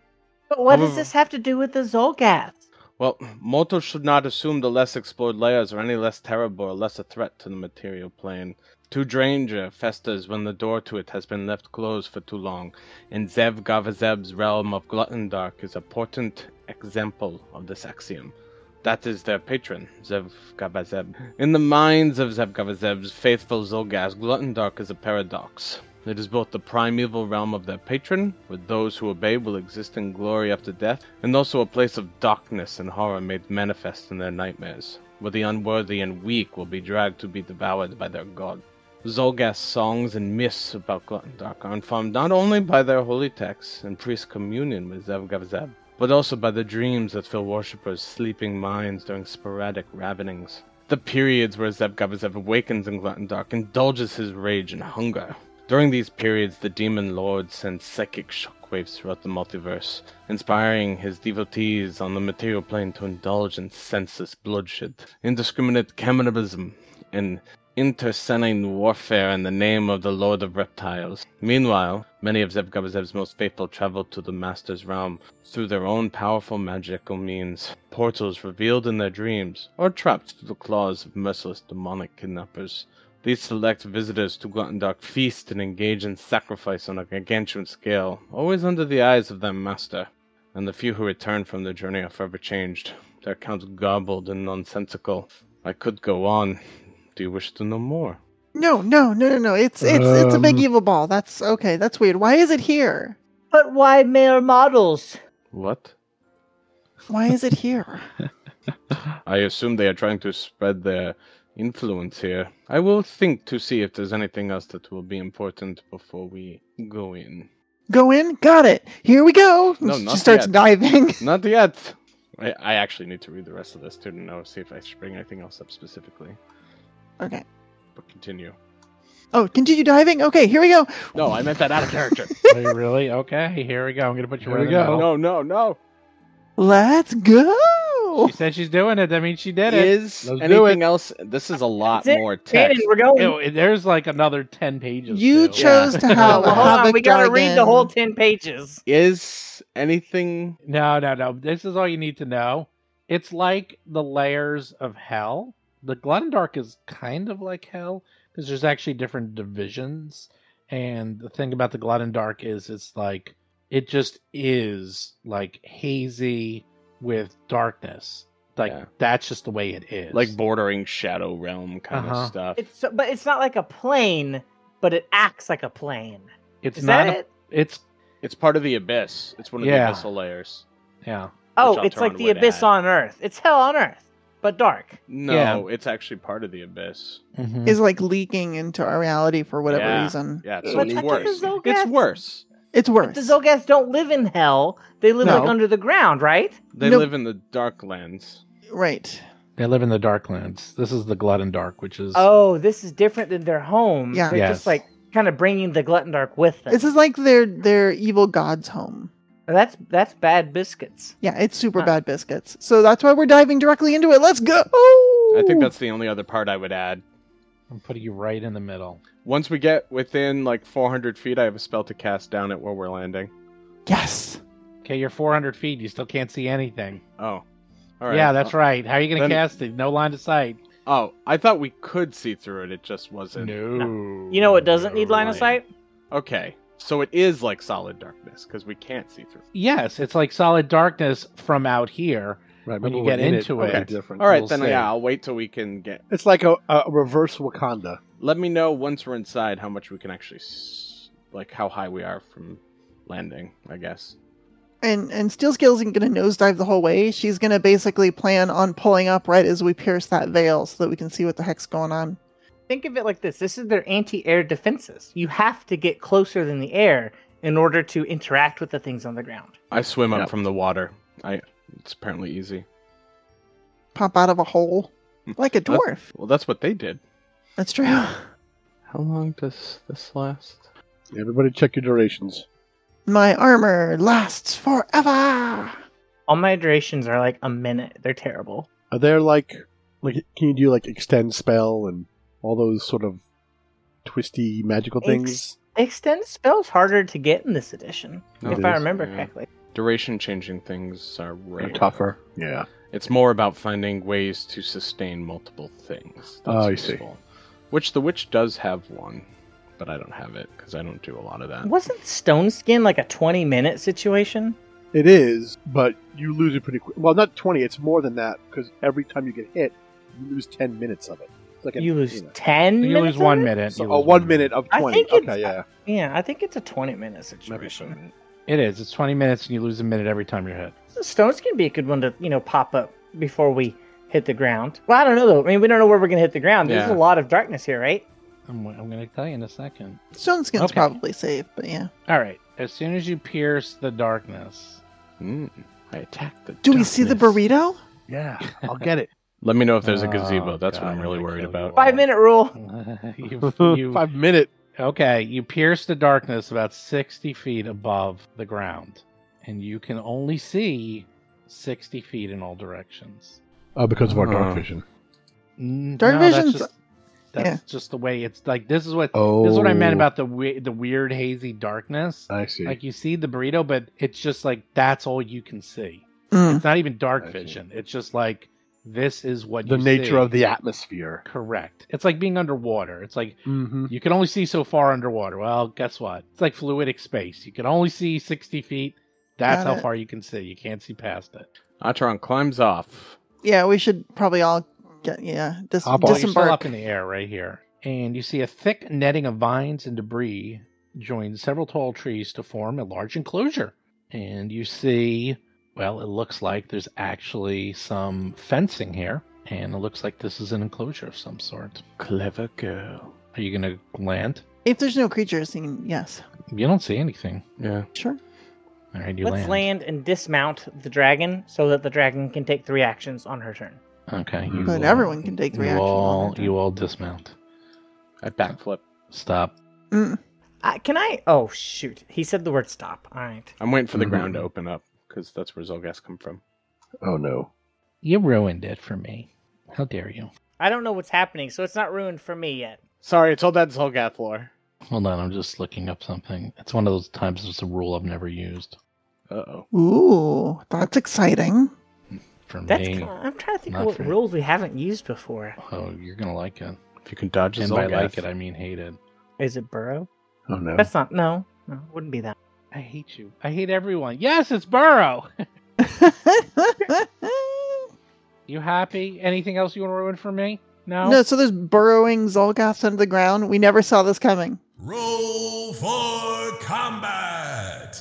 S5: But what does
S6: However-
S5: this have to do with the Zolgath?
S6: Well, mortals should not assume the less explored layers are any less terrible or less a threat to the material plane. To Dranger festers when the door to it has been left closed for too long, and Zev Gavazeb's realm of Gluttendark is a portent example of this axiom. That is their patron, Zev Gavazeb. In the minds of Zev Gavazeb's faithful Zolgas, Gluttendark is a paradox. It is both the primeval realm of their patron, where those who obey will exist in glory after death, and also a place of darkness and horror made manifest in their nightmares, where the unworthy and weak will be dragged to be devoured by their god. Zolgas songs and myths about Gluttendark are informed not only by their holy texts and priest communion with Zevgavzeb, but also by the dreams that fill worshippers' sleeping minds during sporadic ravenings. The periods where Zevgavzeb awakens in Gluttendark indulges his rage and hunger. During these periods, the demon lord sends psychic shockwaves throughout the multiverse, inspiring his devotees on the material plane to indulge in senseless bloodshed, indiscriminate cannibalism, and intersenine warfare in the name of the Lord of Reptiles. Meanwhile, many of Zebgabazeb's most faithful travel to the Master's realm through their own powerful magical means, portals revealed in their dreams, or trapped through the claws of merciless demonic kidnappers. These select visitors to Gluttendark feast and engage in sacrifice on a gargantuan scale, always under the eyes of their master. And the few who return from their journey are forever changed, their accounts garbled and nonsensical. I could go on. Do you wish to know more?
S2: No, no, no, no, no. It's it's it's a big
S3: Um,
S2: evil ball. That's okay. That's weird. Why is it here?
S5: But why male models?
S6: What?
S2: Why is it here?
S6: I assume they are trying to spread their influence here. I will think to see if there's anything else that will be important before we go in.
S2: Go in. Got it. Here we go.
S6: No,
S2: she
S6: not
S2: starts
S6: yet.
S2: diving.
S6: Not yet! I, I actually need to read the rest of this to know, see if I should bring anything else up specifically.
S2: okay.
S6: But continue.
S2: Oh, continue diving. Okay, here we go.
S6: No, I meant that out of character.
S4: Are you really? Okay, here we go. I'm gonna put you
S3: Here
S4: right in
S3: we
S4: the
S3: go.
S4: middle.
S6: no, no, no.
S2: Let's go.
S4: She said she's doing it. That means she did it.
S6: Is
S3: Let's do
S6: anything else? This is a lot
S5: That's it.
S6: more
S5: Brandon,
S6: text.
S5: we're going.
S4: Ew, there's like another ten pages.
S2: You
S4: too.
S2: chose to
S5: Oh,
S2: have
S5: well,
S2: a
S5: hold on,
S2: havoc
S5: we gotta read the
S2: dragon.
S5: whole ten pages.
S6: Is anything?
S4: No, no, no. This is all you need to know. It's like the layers of hell. The Glendark is kind of like hell because there's actually different divisions. And the thing about the Glendark is it's like it just is like hazy with darkness. Like
S6: Yeah.
S4: that's just the way it is.
S6: Like bordering Shadow Realm kind
S4: Uh-huh.
S6: of stuff.
S5: It's but it's not like a plane, but it acts like a plane.
S4: it's
S5: Is
S4: not.
S5: that
S4: a-
S5: it?
S4: It's
S6: It's part of the Abyss. It's one of
S4: Yeah.
S6: the abyssal layers.
S4: yeah.
S5: Oh,
S6: I'll
S5: it's
S6: turn
S5: like
S6: on
S5: the
S6: with
S5: abyss
S6: that.
S5: on Earth. It's hell on Earth, but dark.
S6: No,
S4: Yeah.
S6: it's actually part of the Abyss.
S4: Mm-hmm.
S2: Is like leaking into our reality for whatever
S6: Yeah.
S2: reason.
S6: Yeah, so
S5: But
S6: it's
S5: technically
S6: worse.
S5: Zolgath-
S6: It's worse.
S2: It's
S5: But
S2: worse.
S5: the Zolgaths don't live in hell. They live
S2: No.
S5: like under the ground, right?
S6: They
S2: No.
S6: live in the dark lands.
S2: right.
S4: They live in the Darklands. This is the Glendark, which is
S5: Oh, this is different than their home.
S2: Yeah.
S5: They're
S4: Yes.
S5: just like kind of bringing the glutton dark with them.
S2: This is like their their evil god's home.
S5: that's that's bad biscuits.
S2: Yeah, it's super
S5: Huh.
S2: bad biscuits. So that's why we're diving directly into it. Let's go.
S6: I think that's the only other part I would add.
S4: I'm putting you right in the middle.
S6: Once we get within like 400 feet, I have a spell to cast down at where we're landing.
S2: yes.
S4: Okay, you're 400 feet. You still can't see anything.
S6: Oh, all right.
S4: Yeah, that's right. How are you going to
S6: Then-
S4: cast it? No line of sight.
S6: Oh, I thought we could see through it. It just wasn't.
S4: No.
S5: You know what doesn't need line of sight?
S6: Okay, so it is like solid darkness because we can't see through.
S4: Yes, it's like solid darkness from out here.
S3: Right,
S4: When you
S3: remember
S4: get
S3: in
S4: into
S3: it'll be
S6: it.
S3: different.
S6: All right,
S4: We'll
S6: then
S4: see.
S6: yeah, I'll wait till we can get.
S3: It's like a, a reverse Wakanda.
S6: Let me know once we're inside how much we can actually, s- like how high we are from landing. I guess.
S2: And and Steel Scale isn't gonna nosedive the whole way. She's gonna basically plan on pulling up right as we pierce that veil so that we can see what the heck's going on.
S5: Think of it like this: this is their anti-air defenses. You have to get closer than the air in order to interact with the things on the ground.
S6: I swim
S3: Yeah.
S6: up from the water. I it's apparently easy.
S2: Pop out of a hole like a
S6: Well,
S2: dwarf.
S6: Well, that's what they did.
S2: That's true.
S6: How long does this last?
S3: Everybody check your durations.
S2: My armor lasts forever.
S5: All my durations are like a minute. They're terrible.
S3: Are there like like can you do like extend spell and all those sort of twisty magical things?
S5: Extend spell's harder to get in this edition,
S6: No,
S5: if
S3: it
S5: I
S3: is,
S5: remember
S6: yeah.
S5: correctly.
S6: Duration changing things are rare.
S3: tougher. Yeah.
S6: It's more about finding ways to sustain multiple things.
S3: Oh, I see.
S6: Which the witch does have one, but I don't have it because I don't do a lot of that.
S5: Wasn't Stone Skin like a 20 minute situation?
S3: It is, but you lose it pretty quick. Well, not 20, it's more than that because every time you get hit, you lose 10 minutes of it. It's like an,
S5: You lose
S3: know,
S5: 10
S4: You
S5: minutes
S4: lose
S5: of
S4: one
S5: it?
S4: minute.
S3: so-
S4: You
S3: oh,
S4: lose
S3: one minute of
S5: I
S3: 20.
S5: think it's-
S3: okay, yeah.
S5: Yeah, I think it's a 20 minute
S3: Might be so,
S5: situation.
S3: man.
S4: It is. It's 20 minutes and you lose a minute every time you're hit.
S5: So Stone's gonna be a good one to, you know, pop up before we hit the ground. Well, I don't know though. I mean, we don't know where we're gonna hit the ground. There's
S6: Yeah.
S5: a lot of darkness here, right?
S4: I'm, I'm going to tell you in a second.
S2: Stone skin's
S4: Okay.
S2: probably safe, but yeah.
S4: All right. As soon as you pierce the darkness,
S6: Mm, I attacked the.
S2: Do we see the
S6: darkness.
S2: burrito?
S3: Yeah, I'll get it.
S6: Let me know if there's a
S4: Oh,
S6: gazebo. That's what
S4: God,
S6: I'm really
S4: I'm gonna
S6: worried
S4: kill you
S6: about.
S4: all.
S5: Five minute rule.
S4: you, you,
S3: Five minute.
S4: Okay, you pierce the darkness about 60 feet above the ground, and you can only see 60 feet in all directions.
S3: Uh, because of our
S6: Oh.
S3: dark vision.
S4: Mm,
S2: Dark
S4: no, that's
S2: vision's-
S4: just- That's
S2: yeah.
S4: just the way it's like. This is what
S3: Oh.
S4: this is what I meant about the we- the weird hazy darkness.
S3: I see.
S4: Like you see the burrito, but it's just like that's all you can see.
S2: Mm.
S4: It's not even dark
S3: I see.
S4: vision. It's just like this is what
S3: the
S4: you
S3: nature
S4: see.
S3: of the atmosphere.
S4: correct. It's like being underwater. It's like
S3: Mm-hmm.
S4: You can only see so far underwater. Well, guess what? It's like fluidic space. You can only see 60 feet. That's
S2: Got
S4: how
S2: it.
S4: far you can see. You can't see past it.
S6: Atron climbs off.
S2: Yeah, we should probably all get yeah dis-
S3: Hop on.
S4: Well, you're still
S2: disembark.
S4: up in the air right here. And you see a thick netting of vines and debris join several tall trees to form a large enclosure. And you see, well, it looks like there's actually some fencing here. And it looks like this is an enclosure of some sort.
S6: Clever girl.
S4: Are you going to land?
S2: If there's no creatures, then yes,
S4: You don't see anything.
S6: Yeah.
S2: sure.
S4: All right, you
S5: Let's land. and dismount the dragon so that the dragon can take three actions on her turn.
S4: Okay.
S6: you
S2: But everyone can take
S4: You
S2: reaction.
S4: all, you all dismount.
S6: I backflip.
S4: Stop.
S2: Mm.
S5: Uh, can I? Oh shoot! He said the word stop. All right.
S6: I'm waiting for the
S3: Mhm.
S6: ground to open up because that's where Zolgas come from.
S3: Oh, no.
S4: You ruined it for me. How dare you?
S5: I don't know what's happening, so it's not ruined for me yet.
S8: Sorry, it's all that Zolgath lore.
S4: Hold on, I'm just looking up something. It's one of those times it's a rule I've never used.
S6: Uh oh.
S2: Ooh, that's exciting.
S4: For
S5: That's.
S4: me.
S5: Kind of, I'm trying to think
S4: not
S5: of what
S4: for-
S5: rules we haven't used before.
S4: Oh, you're gonna like it.
S6: If you can dodge a
S4: and by
S6: Zolgath.
S4: like it I mean hate it.
S5: Is it burrow?
S3: Oh, no.
S5: That's not. No, no, it wouldn't be that.
S4: I hate you. I hate everyone. Yes, it's Burrow. You happy? Anything else you want to ruin for me? No?
S2: no, so there's burrowing Zolgaths under the ground. We never saw this coming.
S1: Roll for combat.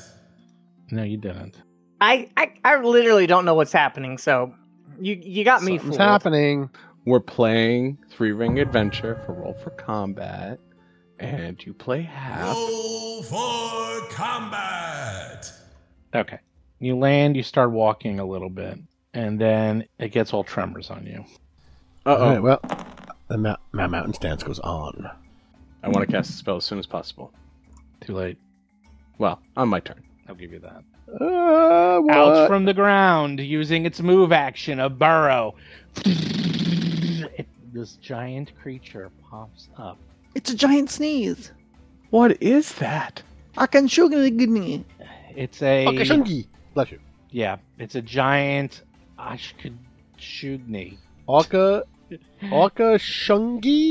S4: No, you didn't.
S5: I, I, I literally don't know what's happening. So, you, you got me
S3: Something's
S5: fooled.
S3: happening.
S6: We're playing Three Ring Adventure for Roll for Combat, and you play half.
S1: Roll for combat.
S4: Okay. You land, you start walking a little bit, and then it gets all tremors on you.
S6: Uh
S3: All right,
S6: oh.
S3: well, the Mount, Mount Mountain stance goes on.
S6: I want to cast a spell as soon as possible.
S4: Too late.
S6: Well, on my turn.
S4: I'll give you that.
S3: Uh, what?
S4: out from the ground using its move action, a burrow. It- this giant creature pops up.
S2: It's a giant sneeze.
S6: What is that?
S2: I can sugar the good me.
S4: It's a
S3: Okay, Shungi. Bless you.
S4: yeah, it's a giant Ashkashugni.
S3: Orca, Orca Shungi.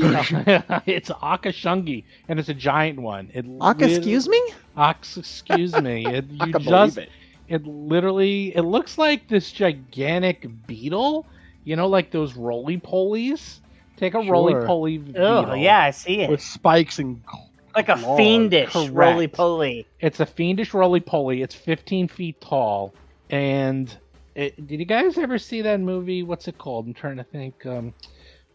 S4: it's Akashungi, and it's a giant one. It
S2: Ak,
S4: lit-
S2: excuse me?
S4: Ox, excuse me. It,
S3: I
S4: you
S3: can
S4: just
S3: believe it.
S4: it literally it looks like this gigantic beetle. You know, like those roly polies. Take a
S3: Sure.
S4: roly poly
S5: Oh,
S4: beetle.
S5: yeah, I see it.
S3: With spikes and
S5: like a
S3: claws.
S5: fiendish
S4: correct.
S5: roly poly.
S4: It's a fiendish roly poly. It's 15 feet tall. And it, did you guys ever see that movie? What's it called? I'm trying to think. Um,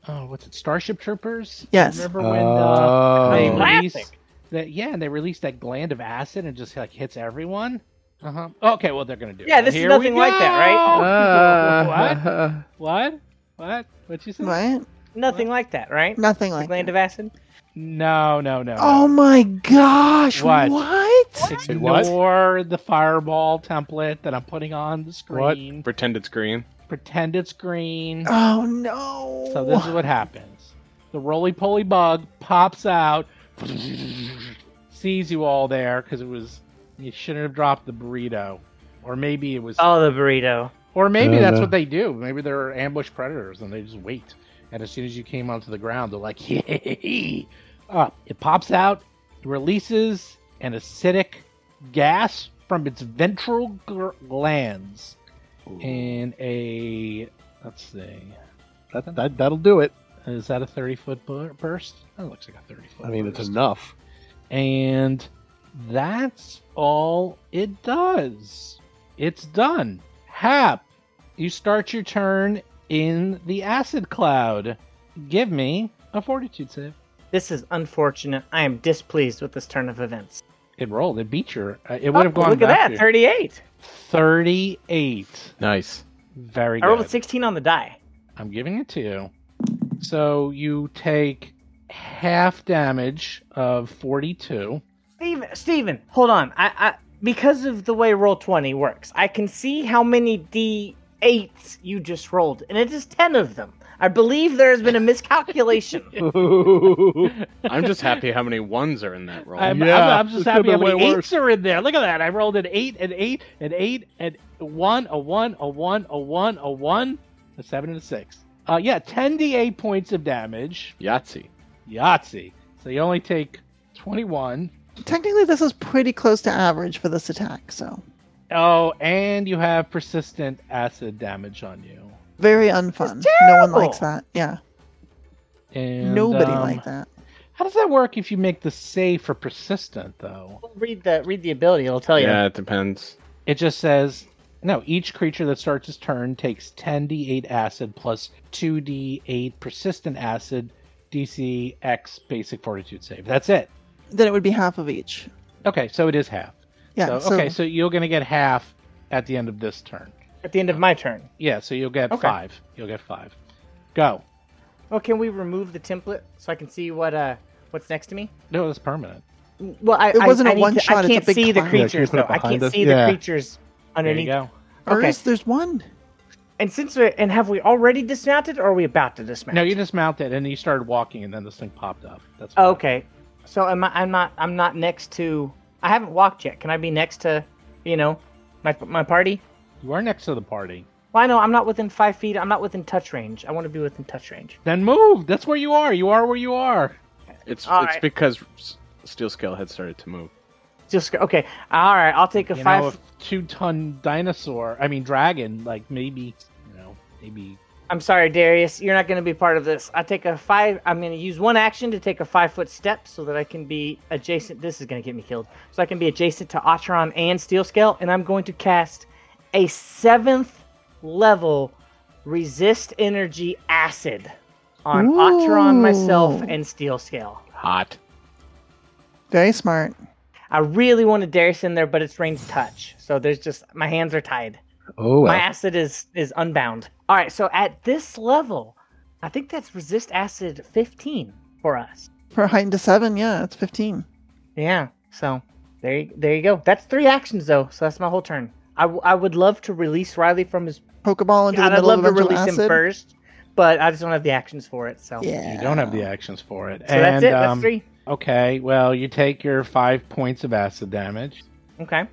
S4: oh, what's it? Starship Troopers?
S2: Yes.
S4: Remember when uh, they
S5: Oh.
S4: released
S5: Classic.
S4: that? Yeah, and they released that gland of acid and just like hits everyone. Uh huh. Okay, well they're gonna do.
S5: Yeah,
S4: it.
S5: this is
S4: Here
S5: nothing
S4: we
S5: like
S4: go!
S5: that,
S8: Uh,
S6: Ah.
S4: what? What? What? What you say?
S2: What?
S5: Nothing like that, right?
S2: Nothing like that.
S5: Gland of acid.
S4: No, no, no.
S2: Oh my gosh!
S4: What?
S2: What?
S8: Wait, what?
S4: Ignore the fireball template that I'm putting on the
S6: What?
S4: screen.
S6: Pretend it's green.
S4: Pretend it's green.
S2: Oh no!
S4: So this is what happens. The roly poly bug pops out, sees you all there because it was you shouldn't have dropped the burrito, or maybe it was,
S5: Oh, the burrito.
S4: or maybe
S3: Oh,
S4: that's
S3: no.
S4: what they do. Maybe they're ambush predators and they just wait. And as soon as you came onto the ground, they're like, yay! Uh, it pops out, releases an acidic gas from its ventral gl- glands in a let's see.
S3: That, that that'll do it.
S4: Is that a 30 foot bur- burst? That looks like a 30 foot
S3: I mean, it's
S4: burst.
S3: enough.
S4: And that's all it does. It's done. Hap, you start your turn in the acid cloud. Give me a fortitude save.
S5: This is unfortunate. I am displeased with this turn of events.
S4: It rolled. It beat your. uh, It would have
S5: Oh,
S4: gone
S5: Look at
S4: back
S5: that,
S4: to you.
S5: 38.
S4: 38.
S6: Nice.
S4: Very
S5: I rolled a
S4: good.
S5: 16 on the die.
S4: I'm giving it to you. So you take half damage of 42.
S5: Steven, Steven, hold on. I, I because of the way roll twenty works, I can see how many d eights you just rolled, and it is ten of them. I believe there has been a miscalculation.
S6: I'm just happy how many ones are in that roll.
S4: I'm,
S3: Yeah,
S4: I'm, I'm just
S3: this
S4: happy how
S3: could've been
S4: many
S3: way
S4: eights are in there. Look at that. I rolled an eight, an eight, an eight, and one, a one, a one, a one, a one, a seven, and a six. Uh, yeah, 10d8 points of damage.
S6: Yahtzee.
S4: Yahtzee. So you only take 21.
S2: Technically, this is pretty close to average for this attack, so
S4: Oh, and you have persistent acid damage on you.
S2: very unfun. No one
S5: terrible.
S2: likes that. Yeah,
S4: And,
S2: nobody
S4: um,
S2: liked that.
S4: How does that work if you make the save for persistent, though?
S5: read the read the ability; it'll tell you.
S6: Yeah, it depends.
S4: It just says no, each creature that starts its turn takes 10d8 acid plus 2d8 persistent acid DC X basic fortitude save. That's it.
S2: Then it would be half of each.
S4: Okay, so it is half.
S2: Yeah.
S4: so, okay, so you're going to get half at the end of this turn.
S5: At the end of my turn.
S4: Yeah, so you'll get
S5: Okay.
S4: 5. You'll get 5. Go.
S5: Oh, can we remove the template so I can see what uh what's next to me?
S4: No, that's permanent.
S5: Well, I
S2: It
S5: I-
S2: wasn't
S5: I
S2: a
S5: need
S2: one
S5: to-
S2: shot,
S5: I
S2: it's a
S5: can't
S2: big
S5: see the
S2: cloud. Yeah, can you
S5: creatures
S3: put it
S5: though. I
S3: behind
S5: can't
S3: us?
S5: see the
S3: Yeah.
S5: creatures
S4: There you
S5: underneath.
S4: go.
S2: Or
S5: okay.
S2: is there's one.
S5: And since we're and have we already dismounted, or are we about to dismount?
S4: No, you dismounted and you started walking and then this thing popped up. That's what
S5: Oh, okay. So am I? I'm not. I'm not next to. I haven't walked yet. Can I be next to, you know, my my party?
S4: You are next to the party.
S5: Well, I know I'm not within five feet. I'm not within touch range. I want to be within touch range.
S4: Then move. That's where you are. You are where you are.
S6: It's
S5: All
S6: it's
S5: right.
S6: because S- Steel Scale had started to move.
S5: Just okay. All right. I'll take a
S4: you
S5: five.
S4: know, a two-ton dinosaur. I mean, dragon. Like maybe, you know, maybe.
S5: I'm sorry, Darius. You're not going to be part of this. I take a five. I'm going to use one action to take a five foot step so that I can be adjacent. This is going to get me killed. So I can be adjacent to Otteron and Steel Scale, and I'm going to cast a seventh level resist energy acid on
S2: Ooh.
S5: Otteron, myself, and Steel Scale.
S6: Hot.
S2: Very smart.
S5: I really wanted Darius in there, but it's range touch. So there's just my hands are tied.
S3: Oh,
S5: My
S3: well.
S5: acid is is unbound. All right, so at this level, I think that's resist acid 15 for us.
S2: For heightened to seven, yeah, it's fifteen.
S5: Yeah. So there you, there you go. That's three actions though. So that's my whole turn. I, w- I would love to release Riley from his.
S2: Pokeball into
S5: God,
S2: the
S5: I'd
S2: middle
S5: love
S2: of
S5: to
S2: eventual
S5: release him
S2: acid.
S5: first, but I just don't have the actions for it. So
S2: Yeah.
S4: You don't have the actions for it.
S5: So
S4: and,
S5: that's it. That's
S4: um,
S5: three.
S4: Okay. Well, you take your five points of acid damage.
S5: Okay.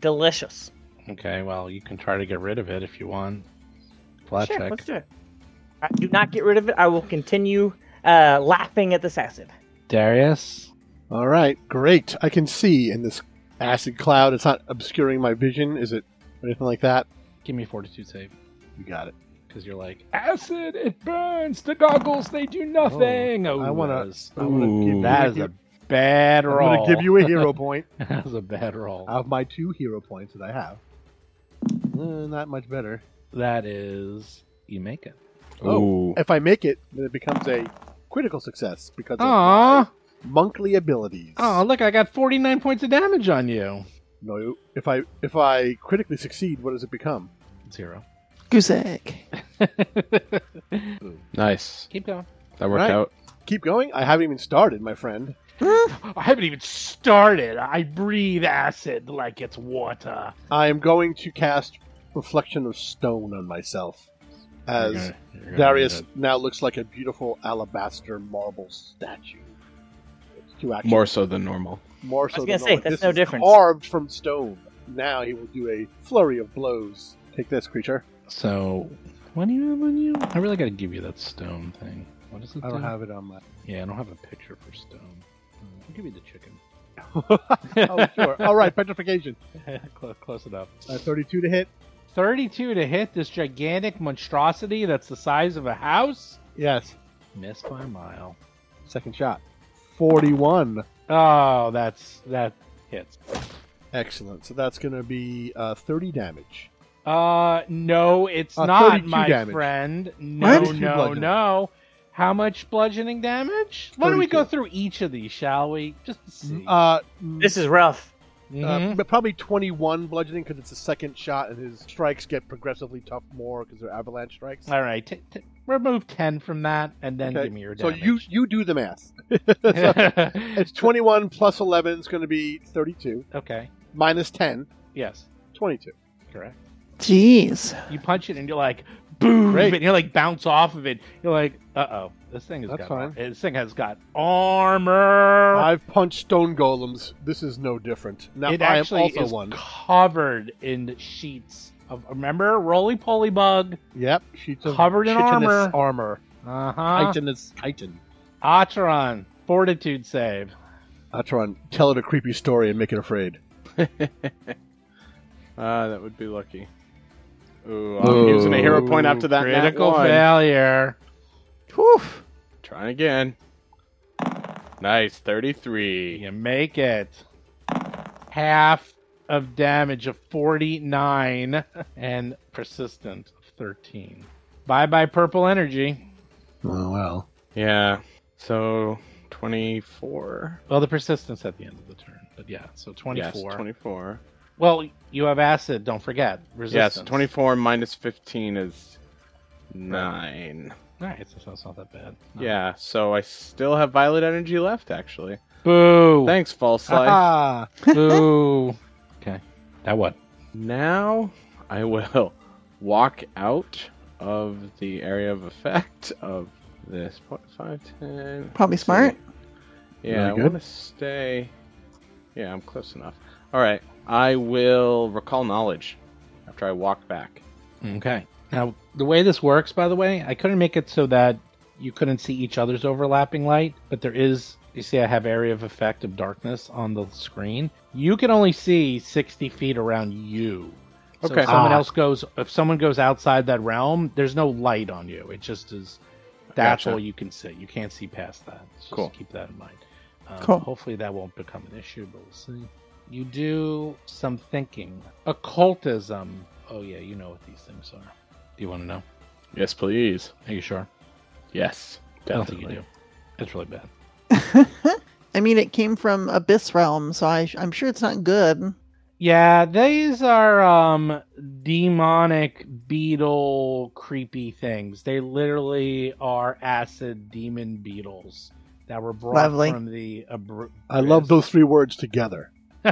S5: Delicious.
S4: Okay. Well, you can try to get rid of it if you want. Flat
S5: Sure.
S4: check.
S5: Let's do it. I do not get rid of it. I will continue uh, laughing at this acid.
S4: Darius.
S3: All right, great. I can see in this acid cloud. It's not obscuring my vision, is it? Or Anything like that?
S4: Give me a fortitude save
S3: You got it.
S4: because you're like acid. It burns. The goggles. They do nothing. Oh,
S3: I wanna-
S4: that is-
S3: I'm gonna give
S6: Ooh.
S3: you
S4: That
S3: a
S4: is
S3: he-
S4: a bad
S3: I'm
S4: roll.
S3: gonna give you a hero point
S4: that was a bad roll.
S3: out of my two hero points that I have. Uh, not much better.
S4: That is. You make it.
S3: Oh.
S6: Oh.
S3: If I make it, then it becomes a critical success because of
S4: Aw.
S3: monkly abilities.
S4: Oh, look, I got 49 points of damage on you.
S3: No, if I if I critically succeed, what does it become?
S4: Zero.
S2: Goose egg.
S6: Nice.
S4: Keep going.
S6: That worked
S3: Right.
S6: out.
S3: Keep going. I haven't even started, my friend.
S4: I haven't even started. I breathe acid like it's water.
S3: I am going to cast Reflection of Stone on myself, as
S6: You're gonna- you're gonna
S3: Darius
S6: need
S3: now looks like a beautiful alabaster marble statue. It's two
S6: it.
S3: actions.
S6: More so than normal.
S3: more so.
S5: I was gonna
S3: than
S5: say,
S3: all-
S5: that's
S3: this
S5: no
S3: is
S5: difference.
S3: Carved from stone. Now he will do a flurry of blows. Take this creature.
S4: So, when you when you, I really got to give you that stone thing. What is it?
S3: I don't
S4: do?
S3: have it on my.
S4: Yeah, I don't have a picture for stone. Um, I'll give you the chicken.
S3: Oh sure. All right, petrification.
S4: close, close enough.
S3: Uh, Thirty-two to hit.
S4: 32 to hit this gigantic monstrosity that's the size of a house.
S3: Yes.
S4: Missed by a mile.
S3: Second shot. Forty-one.
S4: Oh, that's that hits.
S3: Excellent. So that's gonna be uh, thirty damage.
S4: Uh, no, it's
S3: Uh,
S4: not,
S3: 32
S4: my
S3: damage.
S4: friend. No,
S3: 32
S4: no,
S3: bludgeoning.
S4: no. How much bludgeoning damage? Why don't we go
S3: 32.
S4: through each of these, shall we? Just to see.
S3: Uh,
S5: This is Mm-hmm. rough.
S3: Uh,
S4: Mhm.
S3: but probably 21 bludgeoning because it's the second shot, and his strikes get progressively tough more because they're avalanche strikes.
S4: All right, t- t- remove ten from that, and then
S3: Okay,
S4: give me your
S3: So
S4: damage.
S3: you you do the math. So it's 21 plus 11 is going to be 32,
S4: okay.
S3: minus 10,
S4: Yes.
S3: 22.
S4: Correct.
S2: Jeez.
S4: You punch it, and you're like, boom,
S3: Great.
S4: and you like bounce off of it. You're like, uh oh, this thing has got
S3: That's fine.
S4: this thing has got armor.
S3: I've punched stone golems. This is no different. Now
S4: it
S3: I am
S4: actually
S3: also
S4: is
S3: one.
S4: covered in sheets of remember roly poly bug.
S3: Yep, sheets of
S4: Covered in
S3: chitinous
S4: armor.
S3: armor. Ah.
S4: Uh huh.
S3: Chitinous chitin.
S4: Atron, fortitude save.
S3: I'll try and tell it a creepy story and make it afraid.
S6: Ah, that would be lucky. Ooh,
S8: I'm using a hero point after that. nat
S4: Critical
S8: one.
S4: failure.
S2: Whew.
S6: Trying again. Nice, 33.
S4: You make it. Half of damage of 49 and persistent of 13. Bye bye, purple energy.
S3: Oh well.
S6: Yeah. So 24.
S4: Well, the persistence at the end of the turn, but yeah, so 24.
S6: Yes, 24.
S4: Well, you have acid, don't forget. Resistance.
S6: Yes, 24 minus 15 is 9.
S4: All right, so that's not that bad. No.
S6: Yeah, so I still have violet energy left, actually.
S4: Boo.
S6: Thanks, False Life.
S3: Ah,
S4: Boo. okay. Now what?
S6: Now I will walk out of the area of effect of this. Point five ten.
S2: Probably smart.
S6: Yeah,
S3: Really
S6: I
S3: good.
S6: want to stay. Yeah, I'm close enough. All right, I will recall knowledge after I walk back.
S4: Okay. Now, the way this works, by the way, I couldn't make it so that you couldn't see each other's overlapping light, but there is, you see, I have area of effect of darkness on the screen. You can only see 60 feet around you. So
S6: Okay.
S4: if someone
S5: Ah.
S4: else goes, if someone goes outside that realm, there's no light on you. It just is, that's
S6: Gotcha.
S4: all you can see. You can't see past that. So just
S6: Cool.
S4: keep that in mind. Um,
S2: Cool.
S4: Hopefully that won't become an issue, but we'll see. You do some thinking. Occultism. Oh, yeah, you know what these things are. Do you want to know?
S6: Yes, please.
S4: Are you sure?
S6: Yes,
S4: I don't think you do. It's really bad.
S2: I mean, it came from Abyss Realm, so I, I'm sure it's not good.
S4: Yeah, these are um demonic beetle creepy things. They literally are acid demon beetles that were brought
S2: Lovely.
S4: from the abr-
S3: I love those three words together.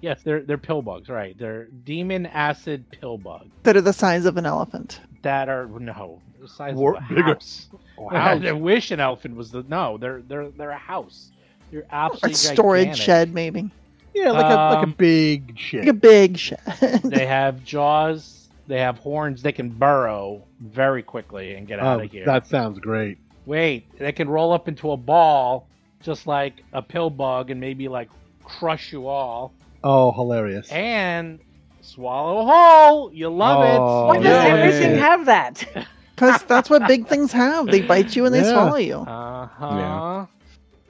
S4: yes, they're they're pill bugs, right? They're demon acid pill bugs
S2: That are the size of an elephant.
S4: that are no the size
S3: Or
S4: of a
S3: bigger.
S4: house. I wish an elephant was the no. They're they're they're a house. They're
S2: Or
S4: absolutely
S2: a storage
S4: gigantic.
S2: shed, maybe.
S3: Yeah, like a like a
S4: Um,
S3: big shit.
S2: Like a big shed.
S4: they have jaws. They have horns. They can burrow very quickly and get out
S3: Oh,
S4: of here.
S3: that sounds great.
S4: Wait, they can roll up into a ball, just like a pill bug, and maybe like crush you all
S3: Oh, hilarious.
S4: and swallow whole. You love
S3: Oh,
S4: it.
S5: Why
S4: You
S5: does
S4: know
S6: yeah.
S5: everything have that?
S2: Because that's what big things have. They bite you and they
S3: Yeah.
S2: swallow you.
S4: it. Uh huh.
S6: Yeah.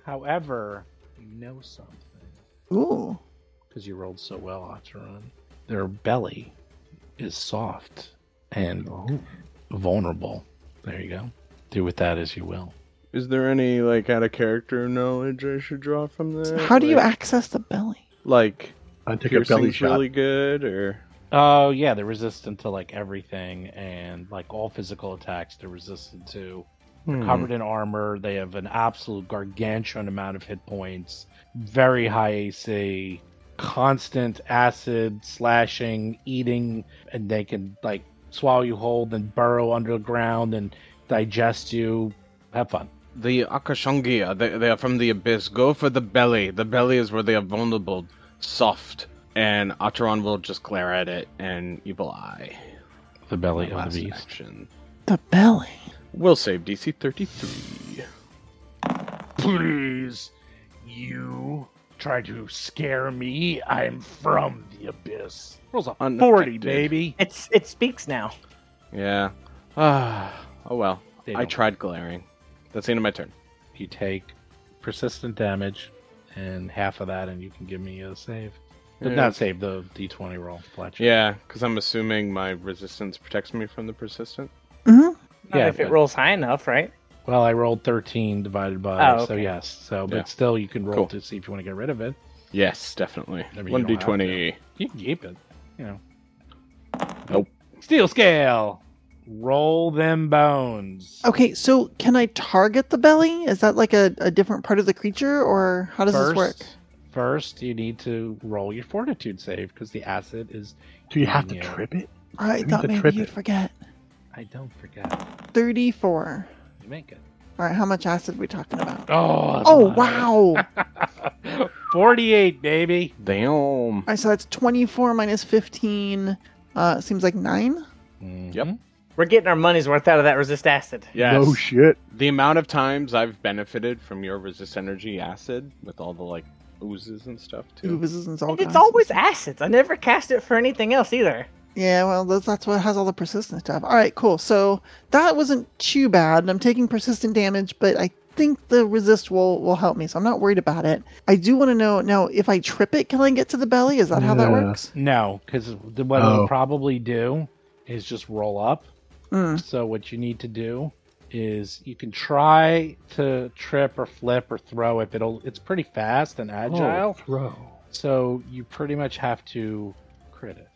S4: However, you know something
S2: Ooh.
S4: because you rolled so well, Acheron. Their belly is soft and vulnerable. There you go. Do with that as you will.
S6: Is there any like out of character knowledge I should draw from that?
S2: How do you
S6: Like-
S2: access the belly?
S6: like
S3: I take a belly
S6: Piercing's
S3: shot.
S6: really good, or
S4: Oh yeah, they're resistant to like everything and like all physical attacks. They're resistant to.
S6: Hmm.
S4: Covered in armor, they have an absolute gargantuan amount of hit points. Very high AC, constant acid slashing, eating, and they can like swallow you whole, then burrow underground and digest you. Have fun.
S6: The Akashongi, uh, they, they are from the abyss. Go for the belly. The belly is where they are vulnerable, soft, and Acheron will just glare at it and evil eye.
S4: The belly
S6: My
S4: of the
S6: last
S4: beast.
S6: action.
S2: The belly.
S6: Will save DC 33.
S4: Please, you try to scare me. I'm from the abyss. Rolls up forty,
S6: Unaffected.
S4: baby.
S5: It's it speaks now.
S6: Yeah. Ah. oh well.
S4: They
S6: I
S4: don't.
S6: tried glaring. That's the end of my turn.
S4: You take persistent damage and half of that, and you can give me a save. Did
S6: Yeah.
S4: Not save the d20 roll, Fletcher.
S6: Yeah, because I'm assuming my resistance protects me from the persistent.
S2: Mm-hmm.
S5: Not
S4: Yeah,
S5: if it
S4: but-
S5: rolls high enough, right?
S4: Well, I rolled 13 divided by,
S5: Oh,
S4: so
S5: okay.
S4: yes. So,
S6: Yeah.
S4: but still, you can roll
S6: Cool.
S4: to see if you want to get rid of it.
S6: Yes, definitely.
S4: I mean, you
S6: One
S4: don't have
S6: d20.
S4: You can keep it. You know.
S6: Nope.
S4: Steel scale. Roll them bones.
S2: Okay, so can I target the belly? Is that like a, a different part of the creature, or how does this work?
S4: First, you need to roll your fortitude save because the acid is.
S3: Do you have to
S4: Yeah.
S3: trip it?
S2: I
S3: need
S2: thought
S3: to
S2: maybe
S3: trip
S2: you'd
S3: it.
S2: forget.
S4: I don't forget.
S2: Thirty-four.
S4: You make it.
S2: All right, how much acid we talking about?
S4: Oh, that's a
S2: Oh
S4: lot.
S2: wow!
S4: 48, baby.
S6: Damn.
S2: All right, so that's twenty-four minus fifteen. Uh, seems like nine.
S6: Yep.
S5: We're getting our money's worth out of that resist acid.
S6: Yes.
S3: No Oh, shit.
S6: The amount of times I've benefited from your resist energy acid with all the like oozes and stuff too.
S2: Oozes and
S5: And it's
S2: zolgons.
S5: always acids. I never cast it for anything else either.
S2: Yeah, well, that's, that's what has all the persistent stuff. All right, cool. So that wasn't too bad. I'm taking persistent damage, but I think the resist will will help me, so I'm not worried about it. I do want to know now if I trip it, can I get to the belly? Is that how that
S3: Yeah.
S2: works?
S4: No, because what
S3: Oh.
S4: it'll probably do is just roll up.
S2: Mm.
S4: So what you need to do is you can try to trip or flip or throw it. but It'll it's pretty fast and agile.
S3: Oh, throw.
S4: So you pretty much have to crit it.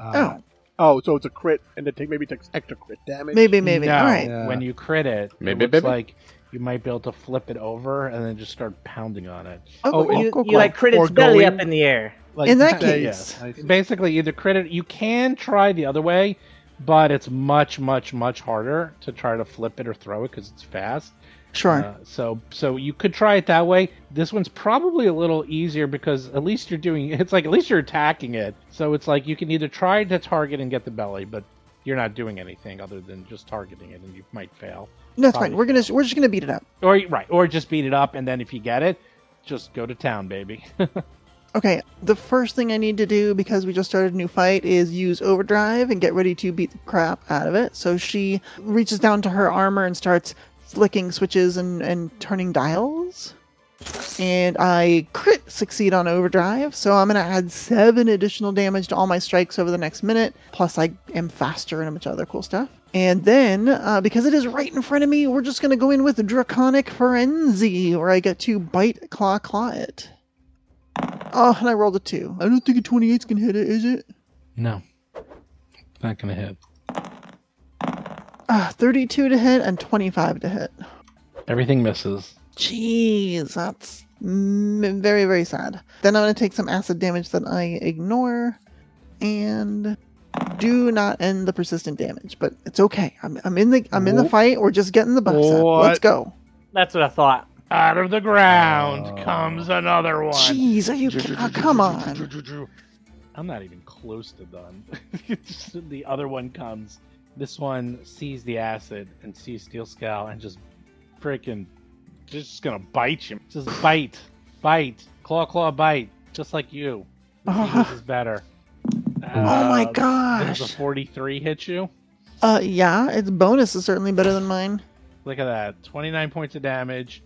S3: Uh,
S2: oh,
S3: oh, so it's a crit, and it take, maybe it takes extra crit damage.
S2: maybe, maybe.
S4: No,
S2: All right.
S3: Yeah.
S4: When you crit it,
S6: Maybe,
S4: it looks
S6: baby.
S4: like you might be able to flip it over and then just start pounding on it.
S2: Oh, cool,
S5: you
S2: cool,
S5: you
S2: cool.
S5: like crit
S3: Or
S5: its belly
S3: going-
S5: up in the air.
S3: Like,
S2: In that
S3: say-
S2: case.
S3: I see.
S4: Basically, either crit it. You can try the other way, but it's much, much, much harder to try to flip it or throw it because it's fast.
S2: sure.
S4: Uh, so so you could try it that way. This one's probably a little easier because at least you're doing it's like at least you're attacking it. So it's like you can either try to target and get the belly, but you're not doing anything other than just targeting it and you might fail.
S2: no, it's fine.
S4: probably
S2: We're gonna we're just gonna beat it up.
S4: Or right, or just beat it up and then if you get it, just go to town, baby.
S2: Okay. The first thing I need to do because we just started a new fight is use overdrive and get ready to beat the crap out of it. So she reaches down to her armor and starts flicking switches and, and turning dials. And I crit succeed on overdrive, so I'm gonna add seven additional damage to all my strikes over the next minute. Plus, I am faster and a bunch of other cool stuff. And then, uh, because it is right in front of me, we're just gonna go in with Draconic Frenzy, where I get to bite, claw, claw it. Oh, and I rolled a two. I don't think a 28's can hit it, is it?
S4: no. Not gonna hit.
S2: Ah, 32 to hit and 25 to hit.
S4: Everything misses.
S2: Jeez, that's mm, very, very sad. Then I'm going to take some acid damage that I ignore and do not end the persistent damage, but it's okay. I'm, I'm in the I'm in the
S4: Whoa.
S2: fight. We're just getting the buffs up. Let's
S4: What?
S2: go.
S5: That's what I thought.
S4: Out of the ground
S3: Oh.
S4: comes another one.
S2: Jeez, are you ki- oh, come on.
S4: I'm not even close to done. Just the other one comes. This one sees the acid and sees Steel Scowl and just freaking just gonna bite you. Just bite, bite, claw, claw, bite, just like you. This is better.
S2: Uh-huh. Oh my
S4: Does a
S2: gosh.
S4: 43 hit you?
S2: Uh yeah, its bonus is certainly better than mine.
S4: Look at that. 29 points of damage.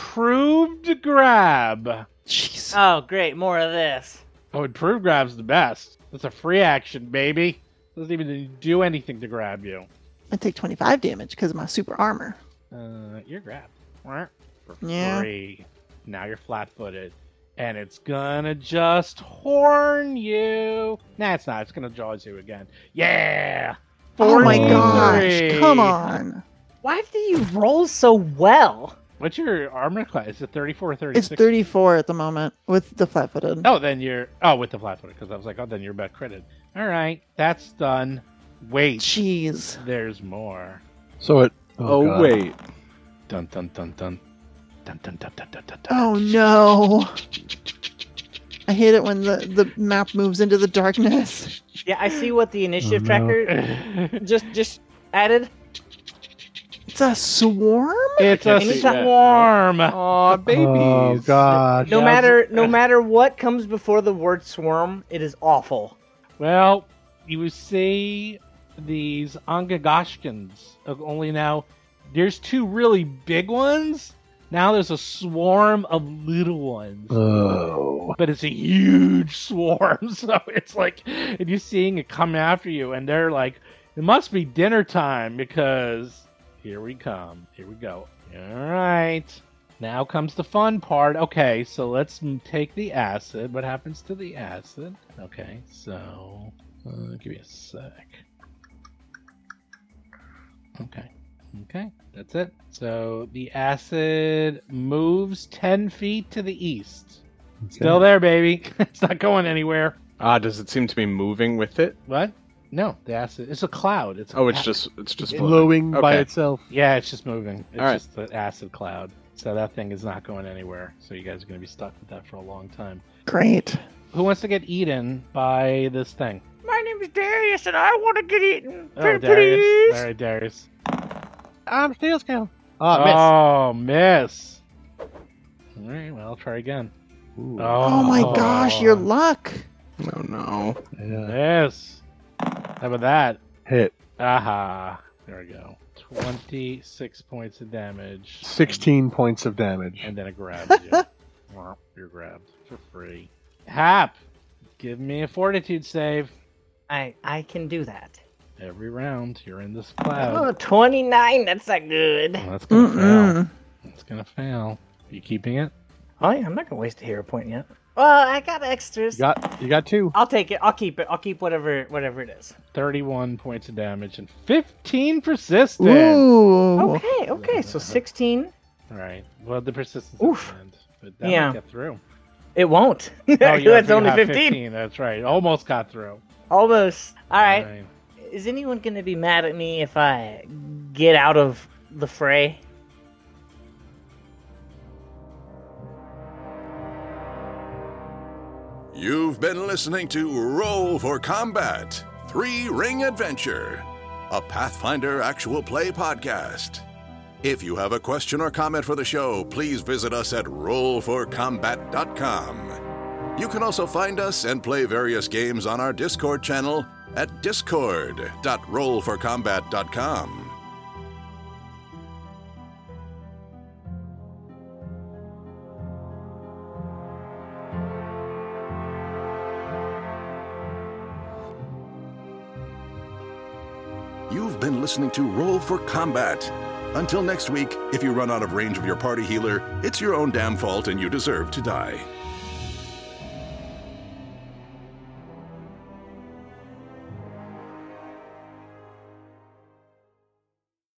S4: Improved grab.
S2: Jeez.
S5: Oh, great, more of this.
S4: Oh, improved grab's the best. That's a free action, baby. Doesn't even do anything to grab you.
S2: I take 25 damage because of my super armor.
S4: Uh, you're grabbed. For
S2: Yeah.
S4: free. Now you're flat footed. and it's gonna just horn you. Nah, it's not. It's gonna draw you again. Yeah.
S2: Oh my gosh!
S4: 43.
S2: Come on.
S5: Why do you roll so well?
S4: What's your armor class? Is it 34 or 36?
S2: It's 34 at the moment with the flat-footed.
S4: Oh, then you're. Oh, with the flat footed, because I was like, oh, then you're about critted. All right, that's done. Wait,
S2: Jeez.
S4: there's more.
S3: So it.
S6: Oh,
S3: God.
S6: wait.
S4: Dun dun dun dun. Dun dun dun dun dun dun. dun.
S2: Oh no. I hate it when the, the map moves into the darkness.
S5: Yeah, I see what the initiative
S3: no.
S5: tracker just just added.
S2: It's a swarm?
S4: it's a
S5: can't see that.
S4: swarm.
S6: Aw, babies.
S3: Oh gosh.
S5: No
S4: Yeah,
S5: matter no matter what comes before the word swarm, it is awful.
S4: Well, you see these Angagashkins, only now there's two really big ones. Now there's a swarm of little ones.
S3: Oh.
S4: but it's a huge swarm. So it's like, and you're seeing it come after you, and they're like, it must be dinner time because here we come. Here we go. All right. Now comes the fun part. Okay, so let's m- take the acid. What happens to the acid? Okay, so uh, give me a sec. Okay. Okay, that's it. So the acid moves 10 feet to the east. Still there, baby. it's not going anywhere.
S6: Ah, does it seem to be moving with it?
S4: What? No, the acid. It's a cloud. It's a
S6: Oh, it's
S4: cloud.
S6: just it's just floating.
S3: Glowing by
S6: Okay.
S3: itself.
S4: yeah, it's just moving. It's
S6: All right.
S4: just the acid cloud. So that thing is not going anywhere. So you guys are going to be stuck with that for a long time.
S2: Great.
S4: Who wants to get eaten by this thing?
S5: My name is Darius, and I want to get eaten.
S4: Oh, Darius. All right, Darius.
S3: I'm steel scale.
S4: Oh, miss. All right, well, I'll try again.
S3: Ooh.
S2: Oh, my gosh, your luck.
S6: Oh no.
S3: Yeah.
S4: Yes. How about that?
S3: Hit.
S4: Aha. There we go. 26 points of damage.
S3: 16 points of damage.
S4: And then it grabs you. Womp, You're grabbed for free. Hap, give me a fortitude save.
S5: I I can do that.
S4: Every round, you're in this
S5: Oh,
S4: cloud.
S5: 29, that's not good.
S4: Well, that's gonna fail.
S2: Mm-mm.
S4: That's gonna fail. Are you keeping it?
S5: Oh, yeah, I'm not gonna waste a hero point yet. Well, I got extras.
S3: You got you got two.
S5: I'll take it. I'll keep it. I'll keep whatever whatever it is.
S4: 31 points of damage and 15 persistence.
S2: Ooh.
S5: Okay, okay. So 16.
S4: All right. Well, the persistence.
S5: Oof.
S4: Oof. End, but that
S5: Yeah.
S4: might get through.
S5: It won't.
S4: Oh, you
S5: that's
S4: you
S5: only
S4: have
S5: 15.
S4: That's right. Almost got through.
S5: Almost. All
S4: All
S5: right. Is anyone gonna be mad at me if I get out of the fray?
S1: You've been listening to Roll for Combat Three Ring Adventure, a Pathfinder actual play podcast. If you have a question or comment for the show, please visit us at rollforcombat.com. You can also find us and play various games on our Discord channel at discord.rollforcombat.com. You've been listening to Roll for Combat. Until next week, if you run out of range of your party healer, it's your own damn fault and you deserve to die.